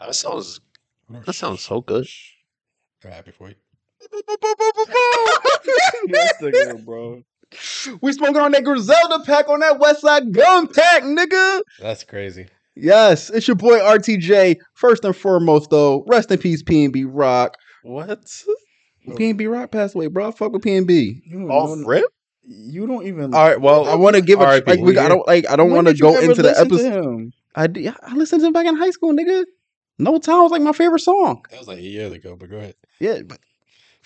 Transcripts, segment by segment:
Oh, that sounds that sounds so good. I'm Oh, happy for you. Yes, nigga, bro. We smoking on that Griselda pack on that Westside Gun pack, nigga. That's crazy. Yes, it's your boy RTJ. First and foremost, though, rest in peace, PNB Rock. What? PNB Rock passed away, bro. I Fuck with PNB. You don't, Off know- rip? you don't even. All right. Well, I want to give a RIP. like. We, I don't like. I don't When want to did you go ever into the listen to episode. him? I did, I listened to him back in high school, nigga. No time was like my favorite song. That was like eight years ago, but go ahead. Yeah. but-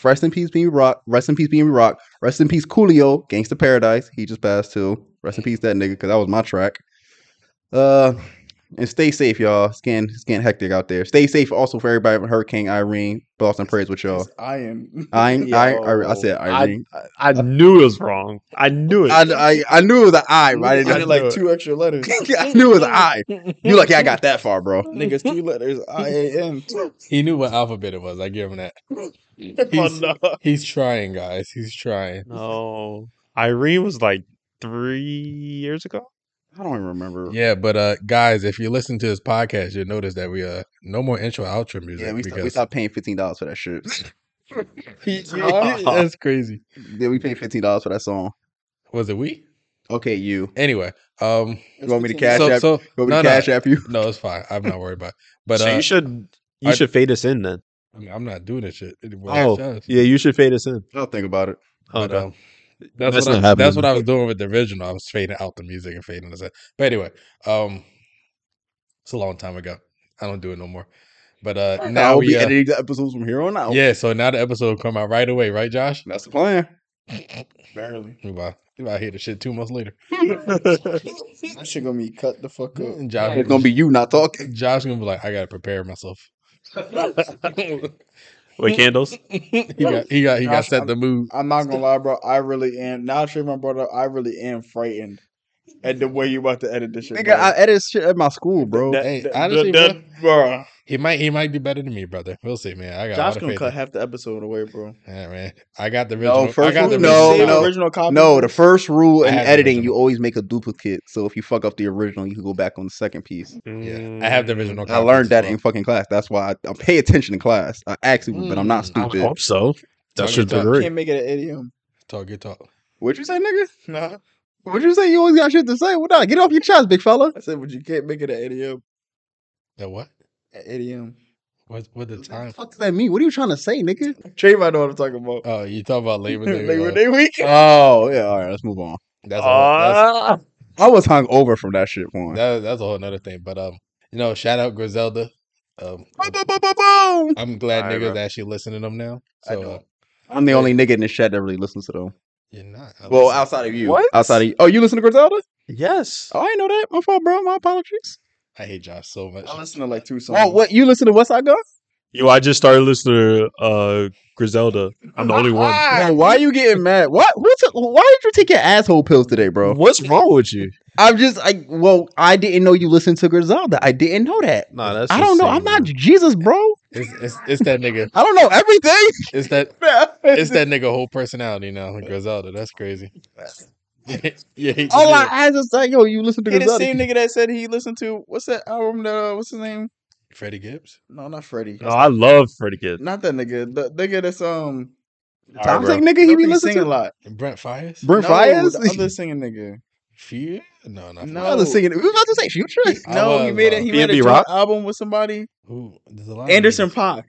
Rest in peace, PNB Rock. Rest in peace, PNB Rock. Rest in peace, Coolio. Gangsta Paradise. He just passed too. Rest in peace, that nigga, because that was my track. Uh, and stay safe, y'all. It's getting, it's getting hectic out there. Stay safe also for everybody from Hurricane Irene. Thoughts and prayers with y'all. It's Iron. I, I, I, I Yo. said I- Irene. I knew it was wrong. I knew it. I, I, I knew it was an I, but I I didn't know. did like two extra letters. I knew it was an I. You like, yeah, I got that far, bro. Niggas, three letters. I A M. He knew what alphabet it was. I give him that. oh, He's, no. he's trying, guys. He's trying. no. Irene was like three years ago. I don't even remember. Yeah, but uh guys, if you listen to this podcast, you'll notice that we uh no more intro outro music Yeah, we, stopped, we because stopped paying fifteen dollars for that shit. that's crazy. yeah, we paid fifteen dollars for that song. Was it we? Okay, you. Anyway, um You want me to cash so app? so you want me no, no, to cash app you? no, it's fine. I'm not worried about it. But so uh, you should you I- should fade us in then. I mean, I'm not doing this shit. anymore. Oh, yeah, you should fade us in. I'll think about it. But, Okay. um, That's that's, what not I, happening. that's what I was doing with the original. I was fading out the music and fading this. out. But anyway, um, it's a long time ago. I don't do it no more. But uh, Now now we'll be we, uh, editing the episodes from here on out. yeah. So now the episode will come out right away, right, Josh? that's the plan. Barely. Wow, I hear the shit two months later. That shit gonna be cut the fuck up. Josh, It's gonna be you not talking. Josh gonna be like, I gotta prepare myself. Wait, candles. he got he got he got Josh, set I'm- the mood. I'm not gonna lie, bro. I really am. Now Trayvon brought up, I really am frightened at the way you about to edit this shit. Nigga, bro. I edit shit at my school, bro. That- Hey, that- honestly, that- bro. He might he might do better than me, brother. We'll see, man. I got a lot Josh of gonna faith cut half the episode away, bro. in- Yeah, man. I got the original. I first got the one- no, original. no. original copy. No, the first rule I in had the editing, you original. always make a duplicate. So if you fuck up the original, you can go back on the second piece. Yeah, I have the original. Mm. I copy learned as that well. in fucking class. That's why I, I pay attention in class. I actually, but I'm not Mm. I I stupid. hope so. That's Talking your about- degree. can't make it an idiom. Talk good talk. What'd you say, nigga? Nah, What'd you say? You always got shit to say. What? Well, get it off your chest, big fella. I said, but you can't make it an idiom. The what? An idiom. What? What the What the time? fuck does that mean? What are you trying to say, nigga? Trayvon know what I'm talking about. Oh, you talk about Labor Day. Labor uh, Day week. Oh, yeah. All right, let's move on. That's a whole, that's, Ah. I was hung over from that shit point. that, that's a whole nother thing. But um, you know, shout out Griselda. Um, I'm glad Alright, niggas bro. actually listen to them now. I So don't. uh, I'm the only nigga in the chat that really listens to them. you're not. I Well, listen. outside of you. What? Outside of you. Oh, you listen to Griselda? Yes. Oh, I didn't know that. My fault, bro. My apologies. I hate Josh so much. I listened to like two songs. Oh, what? You listen to Westside Gun? Yo, I just started listening to uh, Griselda. I'm the only one. Yo, why you getting mad? What? What's? Why did you take your asshole pills today, bro? What's wrong with you? I'm just, I well, I didn't know you listened to Griselda. I didn't know that. Nah, that's I don't know. I'm not Jesus, bro. It's, it's, it's that nigga. I don't know everything. It's that. It's that nigga whole personality now. Griselda. That's crazy. you hate to All do I it. had was like, yo, you listen to He the Griselda. same nigga that said he listened to what's that album? That uh, what's his name? Freddie Gibbs. No, not Freddie. Oh, I love Freddie Gibbs. Not that nigga. The nigga that's um. Tom Alright, Tank nigga, he be listening singing a to lot. Brent Fires. Brent No, Fires. the other singing nigga. Fear? No, not No. Fires. Other singing. We was about to say Future. I No, was, he made it. uh, He made a B&B joint Rock? album with somebody. Ooh, there's a lot of Anderson niggas. Paak.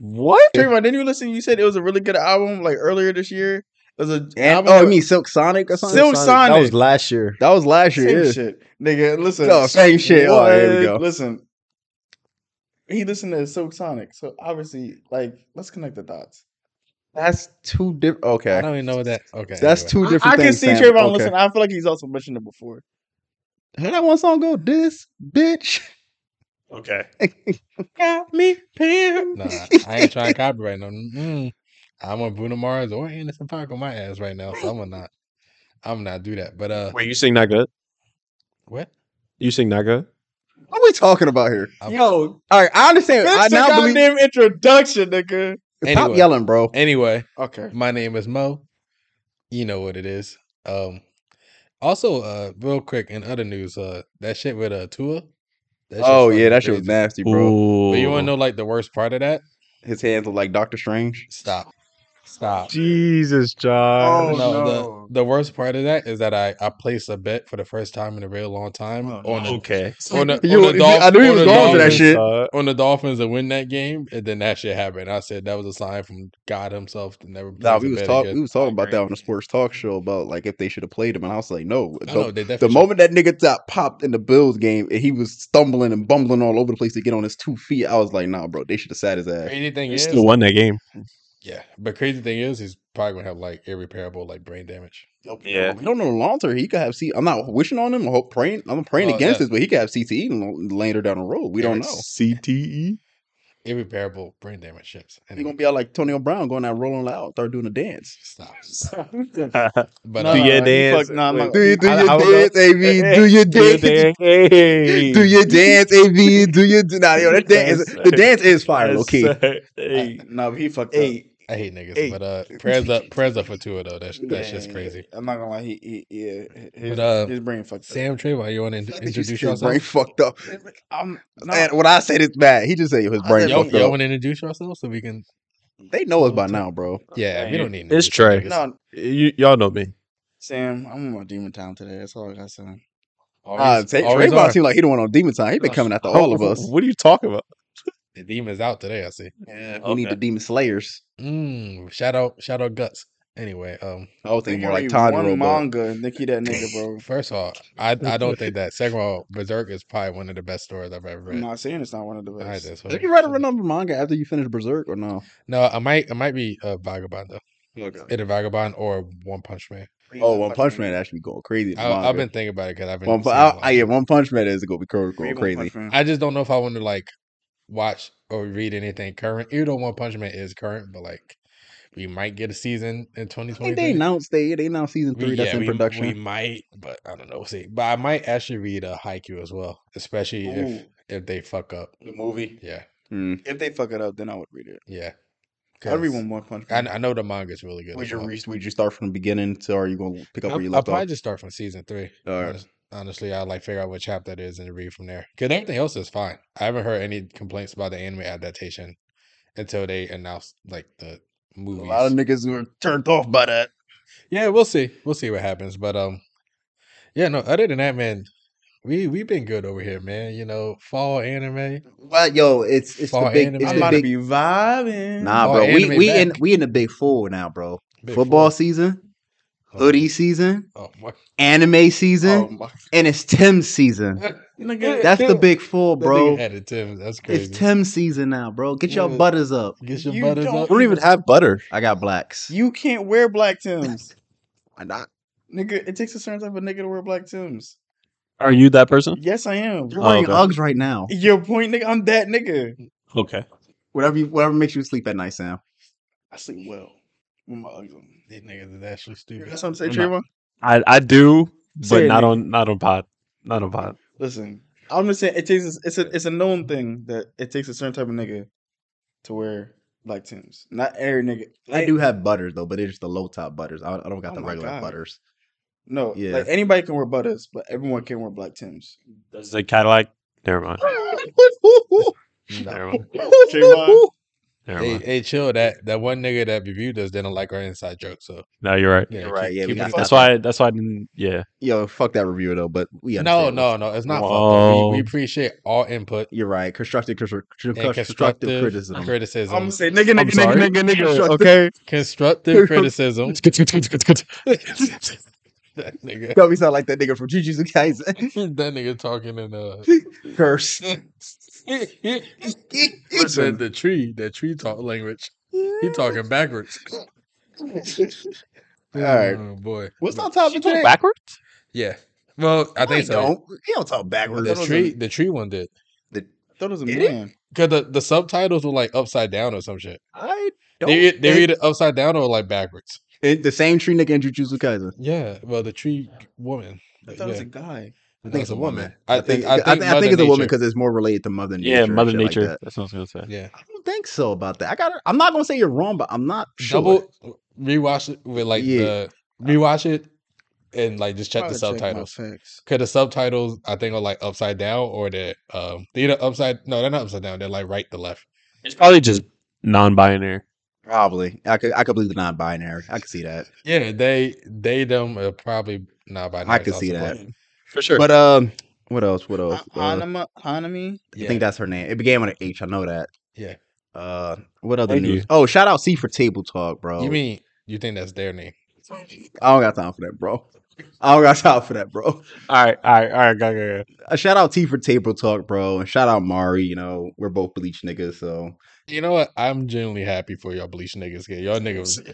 What? Trayvon, didn't you listen? You said it was a really good album, like earlier this year. It was a And, album oh, I with- mean Silk Sonic or something. Silk Sonic. That was last year. That was last same year. yeah. shit, nigga. Listen, No, same shit. Oh, here we go. Listen, he listened to Silk Sonic, so obviously, like, let's connect the dots. That's two different. I Okay, don't even know what that. Okay, that's anyway. two I- different. I, can things, see Sam. Trayvon Okay. listen. I feel like he's also mentioned it before. Heard that one song go? This bitch Okay. got me pinned. Nah, I ain't trying to copyright no. Mm, I'm on Bruno Mars or Anderson Paak on my ass right now, so I'm gonna not. I'm gonna not do that. But uh, Wait, you sing not good? what? You sing not good? What are we talking about here? I'm- Yo, All right, I understand. that's I the now believe. goddamn introduction, nigga. Stop Anyway. yelling, bro. Anyway, Okay, my name is Mo. You know what it is. Um, also, uh, real quick in other news, uh, that shit with uh Tua, That shit's Oh yeah, fucking that shit was crazy. nasty, bro. Ooh. But you want to know like the worst part of that? His hands look like Doctor Strange. Stop, stop. Jesus, John. Oh, no, no. The, the worst part of that is that I, I placed a bet for the first time in a very long time Oh, on, the, okay. on, the, on, Yo, the Dolph- I knew he on was the going for that Dolphins- shit. Uh, on the Dolphins to win that game, and then that shit happened. I said that was a sign from God Himself to never Nah, place we a was bet talking. again. We was talking I about agree. that on the sports talk show about like if they should have played him, and I was like, no. I the- know they the definitely moment that nigga top popped in the Bills game and he was stumbling and bumbling all over the place to get on his two feet, I was like, nah, bro, they should have sat his ass. Crazy thing you is, still won that game. yeah, but crazy thing is, he's probably gonna have like irreparable like brain damage. Yeah. We don't know the long term. He could have C. I'm not wishing on him. I hope praying. I'm praying Well, against yeah. this, but he could have CTE l- later down the road. We don't Yes. know. CTE. Irreparable brain damage. Yes. He's Anyway, gonna be out like Tony Brown going out rolling loud, start doing a dance. stop. No, But no, Do your uh, no, he dance. fuck- nah, I'm not- Do you do I- your I was dance, AB? do your Do your dance. dance. Hey. Do your dance, AB. Do your nah, yo, that dance is, Yes, the sir. dance is fire, Yes, low key. sir. Hey. No, he fucked up. Hey. I hate niggas. Hey. But uh, prayers up, prayers up for Tua though. That's that's just Yeah, Uh, crazy. I'm not gonna lie. He, he yeah, his, But uh, his brain fucked up. Sam Trayvon, you want to introduce His brain yourself? fucked up. Um, no, And when I said it's bad, he just said his I brain said Y'all, fucked y'all up. want to introduce yourself so we can? They know us by now, bro. Yeah, we Hey, don't need. to it's introduce Trey. niggas. no, You, y'all know me. Sam, I'm on my demon time today. That's all I got, Sam. Ah, Always- Tra- always Trayvon are. seemed like he the one on demon time. He been No, coming after How- all of us. What are you talking about? The demon's out today. I see. Yeah, We need the demon slayers. Mm, shout out, shout out, guts. Anyway, um, I was they thinking can more like read Tanjiro, one but manga, Nikki that nigga, bro. first of all, I I don't think that. Second of all, Berserk is probably one of the best stories I've ever I'm read. not saying it's not one of the I had best. this did one. you write a run over manga after you finished Berserk or no? No, I might, I might be a vagabond though. Okay. Either vagabond or One Punch Man. Oh, One Punch Man actually going crazy. in the I, I've manga. been thinking about it because I've been. One, Pu- seeing a I, lot I, of yeah, it. One Punch Man is going to be going, going crazy. I just don't know if I want to like watch or read anything current. Even though One Punch Man is current, but like we might get a season in twenty I think twenty they three. announced they they announced season We- three that's in we, production. We might, but I don't know. We'll see. But I might actually read a haiku as well, especially if Ooh. if they fuck up. the movie. Yeah, Hmm. If they fuck it up, then I would read it. yeah. I'd read 'Cause one more Punch I, Man. kn- I know the manga's really good. Would As you well. re- would you start from the beginning to, or are you going to pick up where you I'll, I'll left probably off? just start from season three. All right. Honest- Honestly, I'll like figure out what chapter it is and read from there. Because everything else is fine. I haven't heard any complaints about the anime adaptation until they announced like the A movies. lot of niggas were turned off by that. yeah, we'll see. We'll see what happens. But um, yeah, no. Other than that, man, we we've been good over here, man. You know, fall anime. But yo, it's it's Fall the big anime. it's I'm the about the to big be vibing. nah, Fall bro. We anime we back. in we in the big four now, bro. Big Football four. season, Oh, hoodie season, Oh my. anime season, Oh my and it's Tim season. nigga. That's the big four, bro. Added Tim. That's crazy. It's Tim season now, bro. Get your Yeah. butters up. Get your You butters don't up. I don't even have butter. I got blacks. You can't wear black Tims. Why not? nigga, it takes a certain type of nigga to wear black Tims. Are you that person? Yes, I am. You're Oh, wearing okay. Uggs right now. Your point, nigga, I'm that nigga. Okay. Whatever you, whatever makes you sleep at night, Sam. I sleep well with my Uggs on. These niggas is actually stupid. That's what I'm saying, I'm Trayvon. I, I do, Say but it, not nigga. on not on pod. Not on pod. Listen, I'm just saying it takes a, it's a it's a known thing that it takes a certain type of nigga to wear black Tims. Not every nigga. I Like, do have butters though, but they're just the low top butters. I, I don't got Oh the my regular God. butters. No, Yeah. like anybody can wear butters, but everyone can wear black Tims. Does the Cadillac? Never mind. No. Never mind. Trayvon. Never Hey, mind. hey, chill. That that one nigga that reviewed us didn't like our inside joke. So No, you're right. yeah, You're right, yeah, we it gotta in- stop That's why. That's why I didn't. Yeah. Yo, fuck that reviewer though, but we No, understand. no, no. It's not. fucked up. We, we Whoa. appreciate all input You're right. Constructive, constru- and constructive, constructive criticism. criticism. I'm Criticism. gonna say nigga, I'm nigga, sorry. nigga, nigga, nigga. Okay. Constructive criticism. that nigga. Yo, we sound like that nigga from Gigi's guys. That nigga talking in uh. Curse. Listen, the tree, the tree talk language. He talking backwards. All right. Oh boy. What's on But- top of today? Backwards. Yeah. Well, I No, think he so. Don't. He don't talk backwards. The That was tree, a- the tree one did. I thought it was a Did it? man. Cause the, the subtitles were like upside down or some shit. I don't. They, read- they think- read it upside down or like backwards. It- the same tree nigga in Jujutsu Kaisen. Yeah. Well, the tree woman. I thought it was Yeah. a guy. I think it's a woman. I think I think, I think it's a woman because it's more related to Mother Nature. Yeah, and Mother shit like Nature. that. That's what I was gonna say. yeah. I don't think so about that. I got. I'm not gonna say you're wrong, but I'm not sure. Double rewatch it with like Yeah. the rewatch it and like just check the Probably my subtitles. facts. Cause the subtitles I think are like upside down or they're um they're either upside no they're not upside down they're like right to left. It's probably just non-binary. Probably. I could I could believe the non-binary. I could see that. Yeah, they they them are probably not by. I could see that. For sure. But um, what else? What else? Ha- Uh, Hanama, Hanami. I think that's her name. It began with an H. I know that. Yeah. Uh, what other Thank news? you. Oh, shout out C for Table Talk, bro. You mean you think that's their name? I don't got time for that, bro. I don't got time for that, bro. all right, all right, all right, go, go, go. A shout out T for Table Talk, bro, and shout out Mari. You know, we're both bleach niggas, so You know what? I'm genuinely happy for y'all bleach niggas. Yeah, y'all niggas,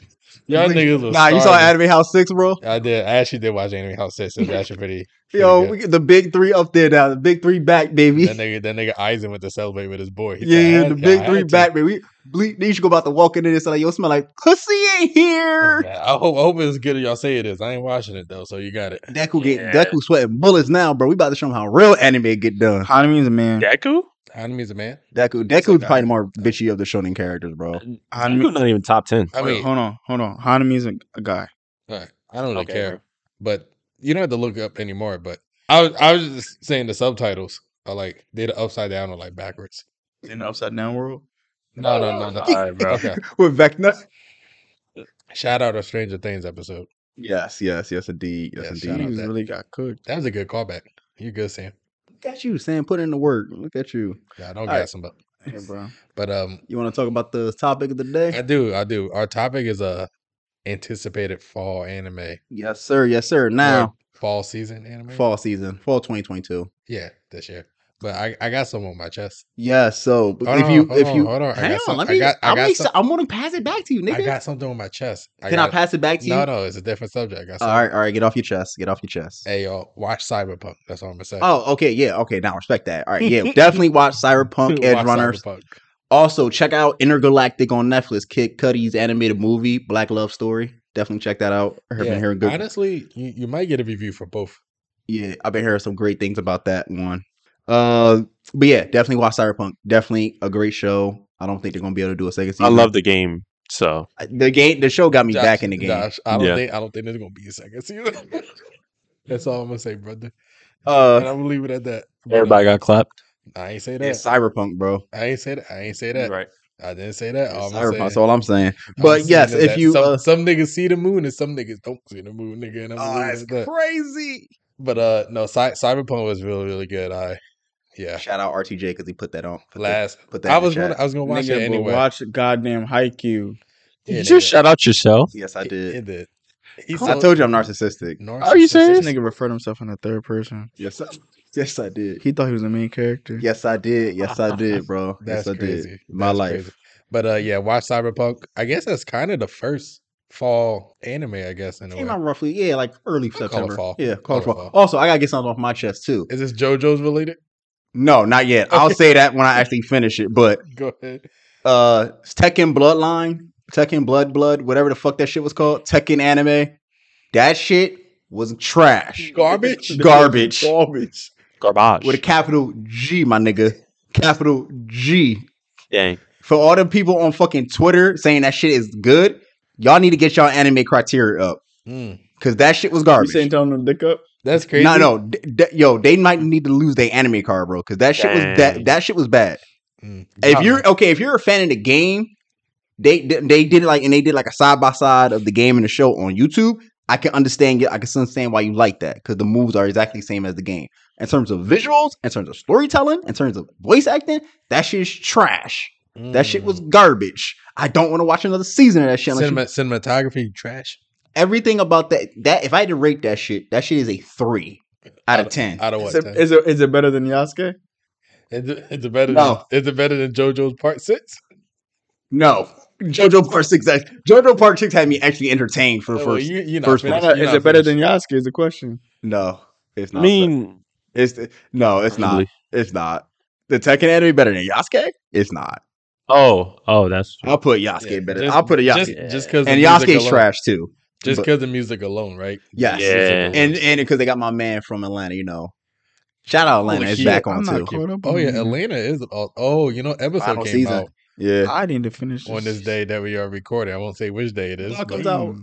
y'all niggas. Was Nah, you saw starving. Anime House Six, bro. I did. I actually did watch Anime House Six. It was actually pretty. pretty Yo, good. we, the big three up there now. The big three back, baby. that nigga, that nigga Eisen went to celebrate with his boy. He Yeah, said, "I yeah, had- yeah, the I big had three to." back, baby. Bleach, they should go about to walk in there and say like, "Yo, smell like pussy ain't here." Yeah, I hope, I hope it's good. as Y'all say it is. I ain't watching it though, so you got it. Deku get Yeah. Deku sweating bullets now, bro. We about to show him how real anime get done. Hanami is a man. Deku? Hanami's a man. Deku like Deku's that. probably the more bitchy of the shonen characters, bro. Hanami. Deku's not even top ten. I Wait, mean, hold on, hold on. Hanami is a, a guy. Alright, I don't really Okay, care, bro. but you don't have to look up anymore. But I was, I was just saying the subtitles are like they're the upside down or like backwards. In the upside down world. No, no, no, no. All right, bro. Okay. With Vecna. Shout out to Stranger Things episode. Yes, yes, yes, indeed, Yeah, yes, shout out indeed. Jeez, that. really got cooked. That was a good callback. You good, Sam? Look at you, Sam. Put in the work. Look at you. Yeah, I don't Alright. got some, but Yeah, bro. but um, You want to talk about the topic of the day? I do, I do. Our topic is uh, anticipated fall anime. yes, sir. Yes, sir. Now, Or fall season anime. fall season, fall 2022. Yeah, this year. But I, I got some on my chest. Yeah. So but Hold if on, you, hold if on, you, hold on. I hang got on. some- let I me. got- I I'm, got gonna some- I'm gonna pass it back to you, nigga. I got something on my chest. I Can I got, pass it back to you? No, no, it's a different subject. I got All some. right, all right. Get off your chest. Get off your chest. Hey, uh y'all, watch Cyberpunk. That's all I'm gonna say. Oh, okay, yeah, okay. Now I respect that. All right, yeah, definitely watch Cyberpunk Edge Watch Runners. Cyberpunk. Also, check out Intergalactic on Netflix. Kid Cudi's animated movie, Black Love Story. Definitely check that out. I've Yeah, been hearing good. Honestly, you, you might get a review for both. yeah, I've been hearing some great things about that one. Uh, but yeah, definitely watch Cyberpunk. Definitely a great show. I don't think they're gonna be able to do a second season. I love the game, so the game. The show got me Josh- back in the game. Josh, I don't Yeah. think I don't think there's gonna be a second season. That's all I'm gonna say, brother. and Uh, I'm gonna leave it at that. But, uh, everybody got clapped. I ain't say that. yeah, Cyberpunk, bro. I ain't say that. I ain't say that. Right. I didn't say that. All I'm Cyberpunk. saying- That's all I'm saying. I'm But saying yes, is if that you, some, uh, some niggas see the moon and some niggas don't see the moon, nigga. And I'm Oh, gonna leave that's it at that. crazy. But uh, no, Cy- Cyberpunk was really, really good. I, yeah. Shout out RTJ because he put that on. Put that- Last, put that. I in the was chat. gonna, I was gonna watch Nigga, it but anyway. Watch goddamn Haikyuu. Yeah, Did you nigga. shout out yourself? Yes, I It- did. It did. He I told you I'm narcissistic. Are you narcissist. serious? This nigga referred himself in the third person. Yes, I, yes, I did. He thought he was the main character. Yes, I did. Yes, I did, bro. That's yes, I crazy. did. My That's life. crazy. But uh, yeah, watch Cyberpunk. I guess that's kind of the first fall anime. I guess in a Came way. out roughly, yeah, like early Call it September. fall. Yeah, call it Call it fall. fall. Also, I gotta get something off my chest too. Is this JoJo's related? No, not yet. I'll say that when I actually finish it. But Go ahead. uh Tekken Bloodline, Tekken Blood Blood, whatever the fuck that shit was called, Tekken anime, that shit was trash. Garbage. Garbage. Garbage. Garbage. With a capital G, my nigga. Capital G. Dang. For all them people on fucking Twitter saying that shit is good, y'all need to get y'all anime criteria up. Mm. Cause that shit was You garbage. saying telling him to dick up? That's crazy. No, no, d- d- yo, they might need to lose their anime card, bro, because that shit was that Dang. that shit was bad. Mm. If you're okay, if you're a fan of the game, they they, they did like and they did like a side by side of the game and the show on YouTube. I can understand you. I can understand why you like that because the moves are exactly the same as the game in terms of visuals, in terms of storytelling, in terms of voice acting. That shit is trash. That shit was Mm. garbage. I don't want to watch another season of that shit. unless you- Cinema, cinematography trash. everything about that that if I had to rate that shit, that shit is a three out of ten. Out of Is what? it, Ted? is, it, is it better than Yasuke? Is it, is it better? No. Than, is it better than JoJo's Part Six? No. JoJo Part Six. act- JoJo Part Six had me actually entertained for the Well, first. Oh, you, you're not first finished. one. No, no, You're is not it better finished. than Yasuke is the question. No, it's I not. mean, it's no, it's not. probably. It's not. The Tekken anime better than Yasuke? It's not. Oh, oh, that's true. I'll put Yasuke Yeah, better. just- I'll put a Yasuke. Just, just cause and the music Yasuke's alone. trash too. Just but- because the music alone, right? Yes. Yeah. And and because they got my man from Atlanta, you know. Shout out Atlanta. Holy it's Oh, shit, back I'm on not too. caught up mm-hmm. Oh on yeah, that. Atlanta is. Oh, oh, you know, episode Final came season. out Yeah. I need to finish on this day that we are recording. I won't say which day it is. Fuck but- comes out.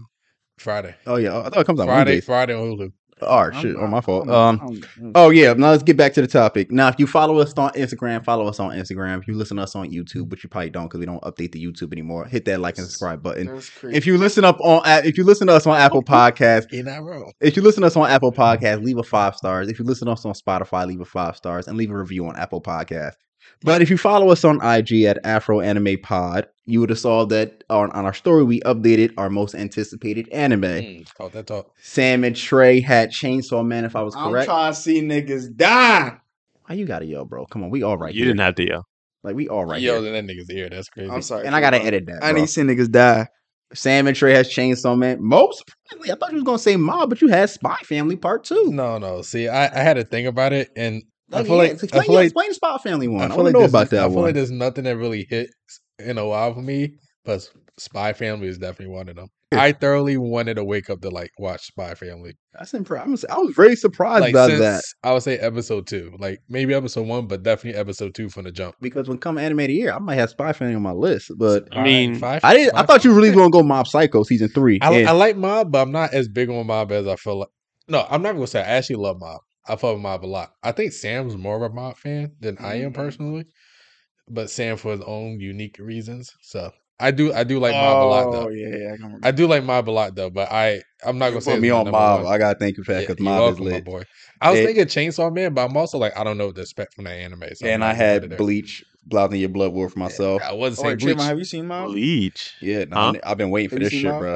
Friday. Oh yeah, I thought it comes out Friday, Monday. Friday on Hulu. Oh I'm- shit, oh I'm- my fault. I'm- Um, I'm- oh yeah. Now let's get back to the topic. Now, if you follow us on Instagram, follow us on Instagram. If you listen to us on YouTube, which you probably don't because we don't update the YouTube anymore, hit that like and subscribe button. That's crazy. If you listen up on A- if you listen to us on Apple Podcasts, You're not wrong. if you listen to us on Apple Podcasts, leave a five stars. If you listen to us on Spotify, leave a five stars and leave a review on Apple Podcasts. But if you follow us on IG at Afro Anime Pod, you would have saw that on, on our story we updated our most anticipated anime. Mm, talk that talk. Sam and Trey had Chainsaw Man, if I was I'm correct. trying to see niggas die. Why you gotta yell, bro? Come on, we all right you here. didn't have to yell. like we all right Right Yo, here. in that nigga's ear. That's crazy. I'm sorry. And I gotta edit that. I bro. need to see niggas die. Sam and Trey has Chainsaw Man. Most surprisingly, I thought you was gonna say Mob, but you had Spy Family Part Two. No, no. See, I, I had to think about it, and I Like, feel yeah, like- I explain, feel like- explain the Spy Family one. I, feel want like to know there's- about I that feel one. like there's nothing that really hits in a while for me, but Spy Family is definitely one of them. I thoroughly wanted to wake up to like watch Spy Family. That's impre- I was, I was very surprised Like by since that I would say episode two, like maybe episode one, but definitely episode two from the jump. because when come animated year, I might have Spy Family on my list, but I mean, Spy- I didn't. Spy I thought you Family. really was gonna go Mob Psycho season three. I, li- and- I like Mob, but I'm not as big on Mob as I feel like. No, I'm not gonna say I actually love Mob. I fuck with Mob a lot. I think Sam's more of a Mob fan than I am Mm. personally, but Sam for his own unique reasons. So I do, I do like Mob a lot Oh, though. yeah, yeah. I can remember. I do like Mob a lot though, but I, I'm not you gonna put say it's me my on number Mob. one. I gotta thank you for Yeah, that because you're Mob is welcome, my lit. boy. I was It- thinking Chainsaw Man, but I'm also like, I don't know what to expect from that anime. So I'm and not gonna I put had it there. Bleach, Blood in Your Blood War for myself. I wasn't Oh, saying wait, Bleach. Trayvon, have you seen uh, Mob? Bleach. Yeah, nah, Huh? I kn- I've been waiting for Have you this seen shit, Mob? bro.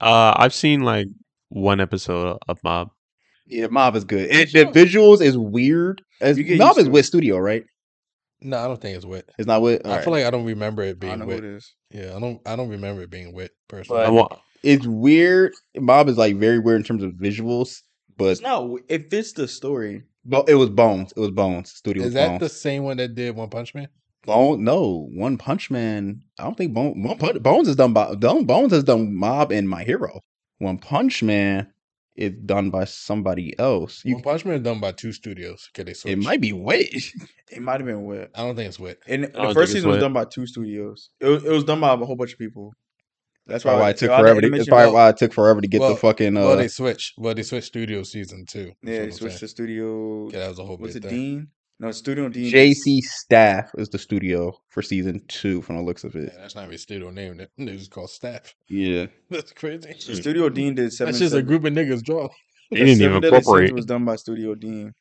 Uh, I've seen like one episode of Mob. Yeah, Mob is good. It, sure. The visuals is weird. As, You get Mob used is to it. with Studio, right? No, I don't think it's wit. It's not with. I feel like I don't remember it I being know who it wit. is. Yeah, I don't. I don't remember it being wit personally. I But- want. it's weird. Mob is like very weird in terms of visuals, but It's not. It fits the story. but it was Bones. It was Bones. Studio Is was that Bones. the same one that did One Punch Man? Bone, no, One Punch Man. I don't think Bone, One Punch, Bones is done by done, Bones is done Mob and My Hero. One Punch Man is done by somebody else. You, One Punch Man is done by two studios. Okay, they it switched. might be Wit. It might have been wet. I don't think it's with. And don't the think first it's season was wet. done by two studios. It was, it was done by a whole bunch of people. That's That's probably why why Oh, it took all the forever. To, that's animation probably was- why it took forever to get Well- the fucking. Uh, well, they switched. Well, they switched studio season two. Yeah, they switched to studio. Yeah, that was a whole Was big it thing. Dean? No, Studio Dean. JC Staff is the studio for season two, from the looks of Yeah, it. that's not even studio name. That nigga's called Staff. Yeah, That's crazy. Studio Dean did seven. That's just a Seven- group of niggas draw. They didn't Seven even Deadly Sins incorporate. was done by Studio Dean.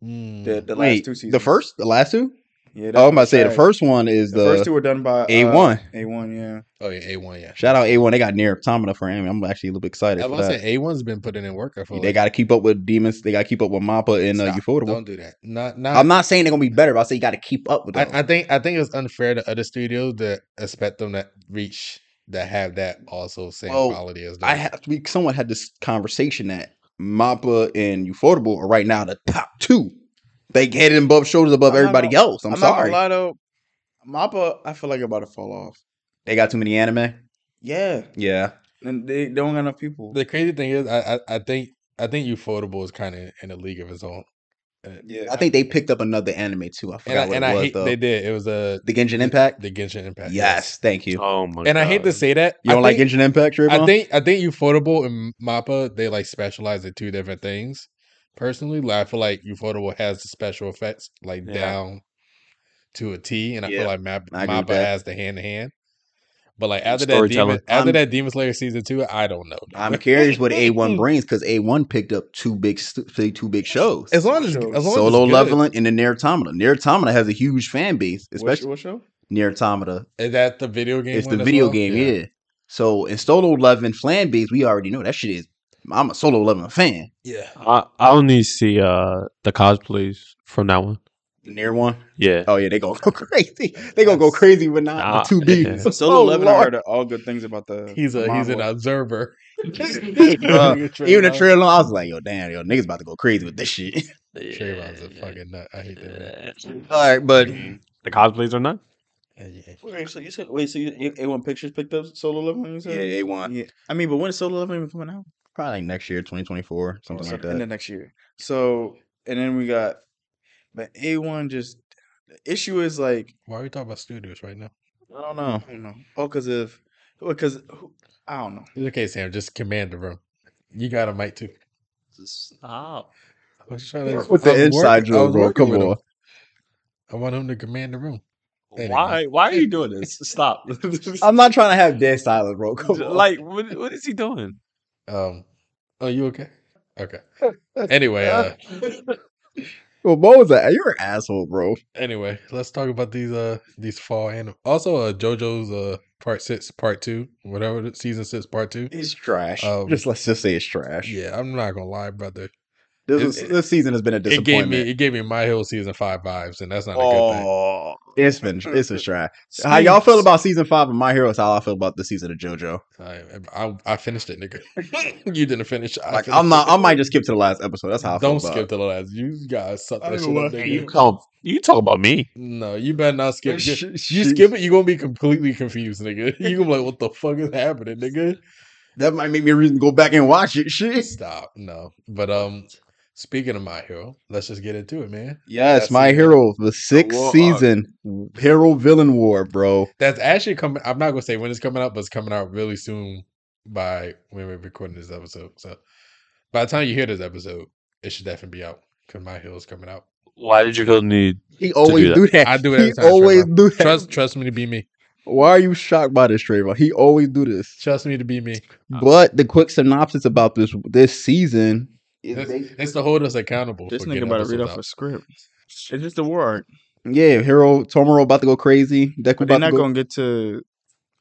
Hmm. The, the last wait, two seasons. the first, the last two. Yeah, Oh, I'm about to say the trash. first one is The, the, first two were done by uh, A1. A1, yeah. Oh yeah, A one. Yeah, shout out A one. They got near Automata for anime. I'm actually a little bit excited. I for was that. saying A one's been putting in work. I feel They like. got to keep up with demons. They got to keep up with Mappa and uh, Stop. Ufotable. Don't do that. Not not. I'm not saying they're gonna be better, but I say you got to keep up with them. I, I think I think it's unfair to other studios that expect them to reach that have that also same Well, quality as them. Oh, I, have we someone had this conversation that Mappa and Ufotable are right now the top two. They head and above shoulders above I'm not everybody gonna- else. I'm, I'm sorry, not gonna lie though. Mappa, I feel like about to fall off. they got too many anime. Yeah. Yeah, And they don't got enough people. the crazy thing is, I I, I think I think Ufotable is kind of in a league of its own, yeah. I think they picked up another anime too. I and forgot I, what and it I was hate though. they did. It was a the Genshin Impact. the Genshin Impact. yes, thank you. Oh my! and I hate to God. say that. You don't I like think, Genshin Impact, Trayvon? I think I think Ufotable and Mappa they like specialize in two different things. Personally, like, I feel like Ufotable has the special effects like Yeah. down to a T, and I Yeah, feel like Map, I agree with Mappa that. has the hand to hand. But like And after that, storytelling. Demon, after I'm- that Demon Slayer season two, I don't know. I'm curious what A1 brings because A1 picked up two big, stu- two big shows. As long as, as Shows. long as it's Solo good. leveling and the Near Automata. Near Automata has a huge fan base, What- especially what show? Near Automata. Is that the video game? It's one the as video well? game, yeah. So in Solo leveling fan base, we already know that shit is. I'm a Solo leveling fan. yeah. I, I only see uh the cosplays from that one. The Near one. Yeah. Oh yeah, they gonna go crazy. They gonna go crazy with not Nah, the two yeah. Bs. Solo Oh, 11 Lord. heard all good things about the. He's a he's an manga. observer. Bruh, Even the Trayvon- trailer, I was like, yo, damn, yo, niggas about to go crazy with this shit. Trayvon's a fucking nut. I hate that. Man. All right, but the cosplays are not. Yeah, yeah. Wait, so you said wait, so you A one Pictures picked up Solo Leveling? You said? yeah, A1. Yeah. I mean, but when is Solo Leveling even coming out? Probably like next year, 2024, something So- like In the that. next year. So and then we got, but A one just the issue is like Why are we talking about studios right now? I don't know. I don't know. Oh, because if because I don't know. It's okay, Sam. Just command the room. You got a mic too. Stop. I was trying to With I the was inside working- I joke, was bro. working Come with him. on. I want him to command the room. Anyway. Why? Why are you doing this? Stop. I'm not trying to have dead silence, bro. Come on. like, what, what is he doing? Um. Oh, you okay? Okay. Anyway. Uh, Well, Mo was that? You're an asshole, bro. anyway, let's talk about these uh these fall and also uh JoJo's uh part six, part two, whatever the- season six, part two. It's trash. Um, Just let's just say it's trash. yeah, I'm not gonna lie, brother. This, It- was, this season has been a It gave disappointment. me it gave me My Hill season five vibes, and that's not a good thing. oh, it's been it's a trash. How y'all feel about season five of My Hero is how I feel about the season of JoJo. I, I, I finished it, nigga. you didn't finish. I Like finished I'm not. it. I might just skip to the last episode. That's how I Don't feel about. skip to the last. You guys suck I that don't shit know up. why. nigga. you come. You talk about me. No, you better not skip. You, Sh- you sh- skip it, you're gonna be completely confused, nigga. You gonna be like, what the fuck is happening, nigga? It. That might make me reason to go back and watch it. Shit. Stop. No. But um speaking of my hero, let's just get into it, man. Yes, That's My it. Hero, the sixth war arc. season, hero villain war, bro. That's actually coming. I'm not gonna say when it's coming out, but it's coming out really soon by when we're recording this episode. So by the time you hear this episode, it should definitely be out because my hero is coming out. Why did you go need? He always that. do that. I do it He every time, always do that. Trust, trust me to be me. Why are you shocked by this, Trayvon? He always do this. Trust me to be me. But the quick synopsis about this this season is This- they- It's to hold us accountable. this for nigga getting about to read episodes off out. a script. It's just the war art. yeah, hero Tomoro about to go crazy. Deku But they're about to not go. gonna get to.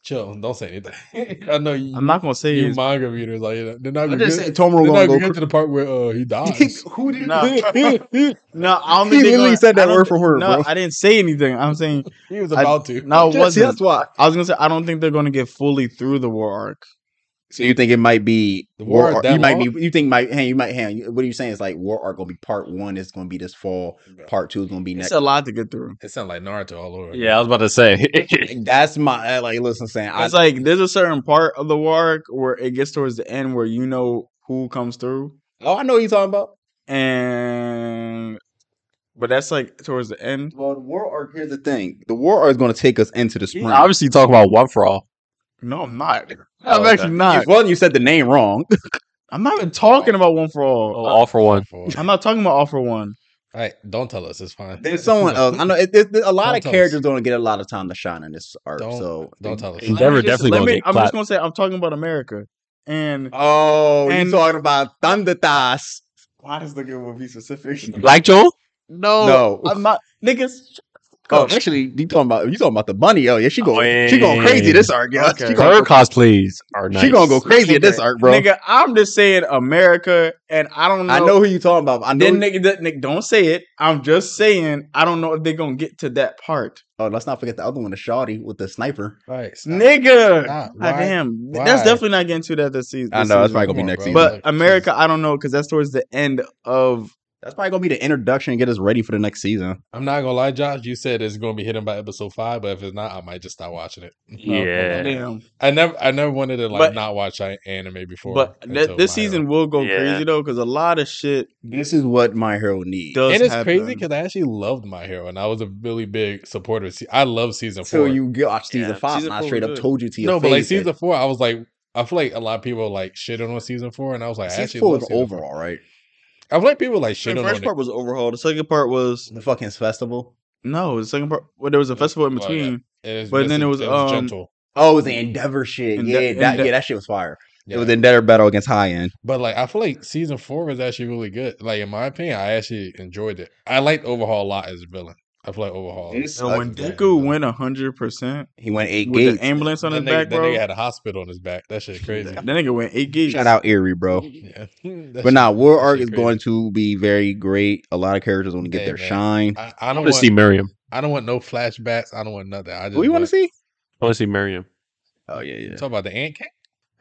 Chill. Don't say anything. I know you. I'm not gonna say you his. manga readers like that. they're not I gonna just get, said Tomoro they're gonna not go. gonna get to the part where uh he dies. cra- Who did? Nah. he No, I don't He think they literally gonna- said I that don't word thi- from her, No, bro. I didn't say anything. I'm saying he was I- about to. no, it Just- That's wasn't. why. I was gonna say I don't think they're gonna get fully through the war arc. So you think it might be The war war? arc arc- that you might long? be. You think might? Hey, you might. Hey, you- what are you saying? It's like war arc gonna be part one. It's gonna be this fall. Part two is gonna be It's next. a lot to get through. It sounded like Naruto all over. Yeah, I was about to say. That's my like. Listen, saying I, It's like there's a certain part of the war arc where it gets towards the end where you know who comes through, oh, I know what you're talking about. and but that's like towards the end. Well, the war arc. Here's the thing: the war arc is going to take us into the spring. He's obviously talking about one for all. No, I'm not. Oh, I'm okay. actually not. well, you said the name wrong. I'm not even talking about one for Oh, all. all for one. All I'm not talking about all for one. right, don't tell us. It's fine. There's someone else. I know it, it, a lot Don't of tell characters us. don't get a lot of time to shine in this arc. Don't- so don't tell us. Endeavor Let me just- definitely let gonna me- get I'm clapped. just gonna say I'm talking about America, and Oh, And- you talking about Thunder Thighs? why does the good one be specific? Black Joel. No, No. I'm not. Niggas, Oh, actually, you talking about you talking about the bunny? Oh yeah, she go Oh, she going crazy this yeah. arc. Yeah, Okay. she Her going cosplays are nice. she gonna go crazy at this Okay. arc, bro. Nigga, I'm just saying America, and I don't know. I know who you talking about. I know. Then nigga, that, nigga, don't say it. I'm just saying I don't know if they're gonna get to that part, oh, let's not forget the other one, the Shawty with the sniper. All right, stop. nigga. Stop. God Why- damn, Why? that's definitely not getting to that this season. I know, that's probably Come gonna be on, next bro. season. But Look, America, Jesus. I don't know because that's towards the end of That's probably gonna be the introduction and get us ready for the next season. I'm not gonna lie, Josh. You said it's gonna be hidden by episode five, but if it's not, I might just stop watching it. No, I'm Yeah. not. damn. I never, I never wanted to like But- not watch a- anime before. But th- until this My uh, Hero. season will go Yeah. crazy though because a lot of shit This is what my hero needs. does. and it's happen. crazy because I actually loved My Hero, and I was a really big supporter. of se- I love season So four. you watch season Yeah, five, season and I four straight was up good. told you to your no, face. but like that season four, I was like, I feel like a lot of people like shit on season four, and I was like, I season actually four love was season over, all right. I feel like people like shit The on first it. part was overhaul. The second part was The fucking festival. no. The second part, well, there was a festival in Well, yeah. between. It is, but it's- then it was, it was um, gentle. Oh, it was the Endeavor shit. Ende- yeah, that Ende- yeah, that shit was fire. Yeah. It was Endeavor battle against High End. But like I feel like season four was actually really good. Like in my opinion, I actually enjoyed it. I liked Overhaul a lot as a villain. I feel like Overhaul. This- And Uh, when yeah, Deku yeah. went hundred percent He went eight with gates. the ambulance that, on his nigga, back, that bro, nigga had a hospital on his back. That shit crazy. that nigga went eight gigs. Shout out Erie, bro. yeah. But now, War Arc is going to be very great. A lot of characters want to get Hey, their man. shine. I, I I don't want to want. see Miriam. I don't want no flashbacks. I don't want nothing. I just. Who you want to want- see? I want to see Miriam. Oh yeah, yeah. Talk about the ant king.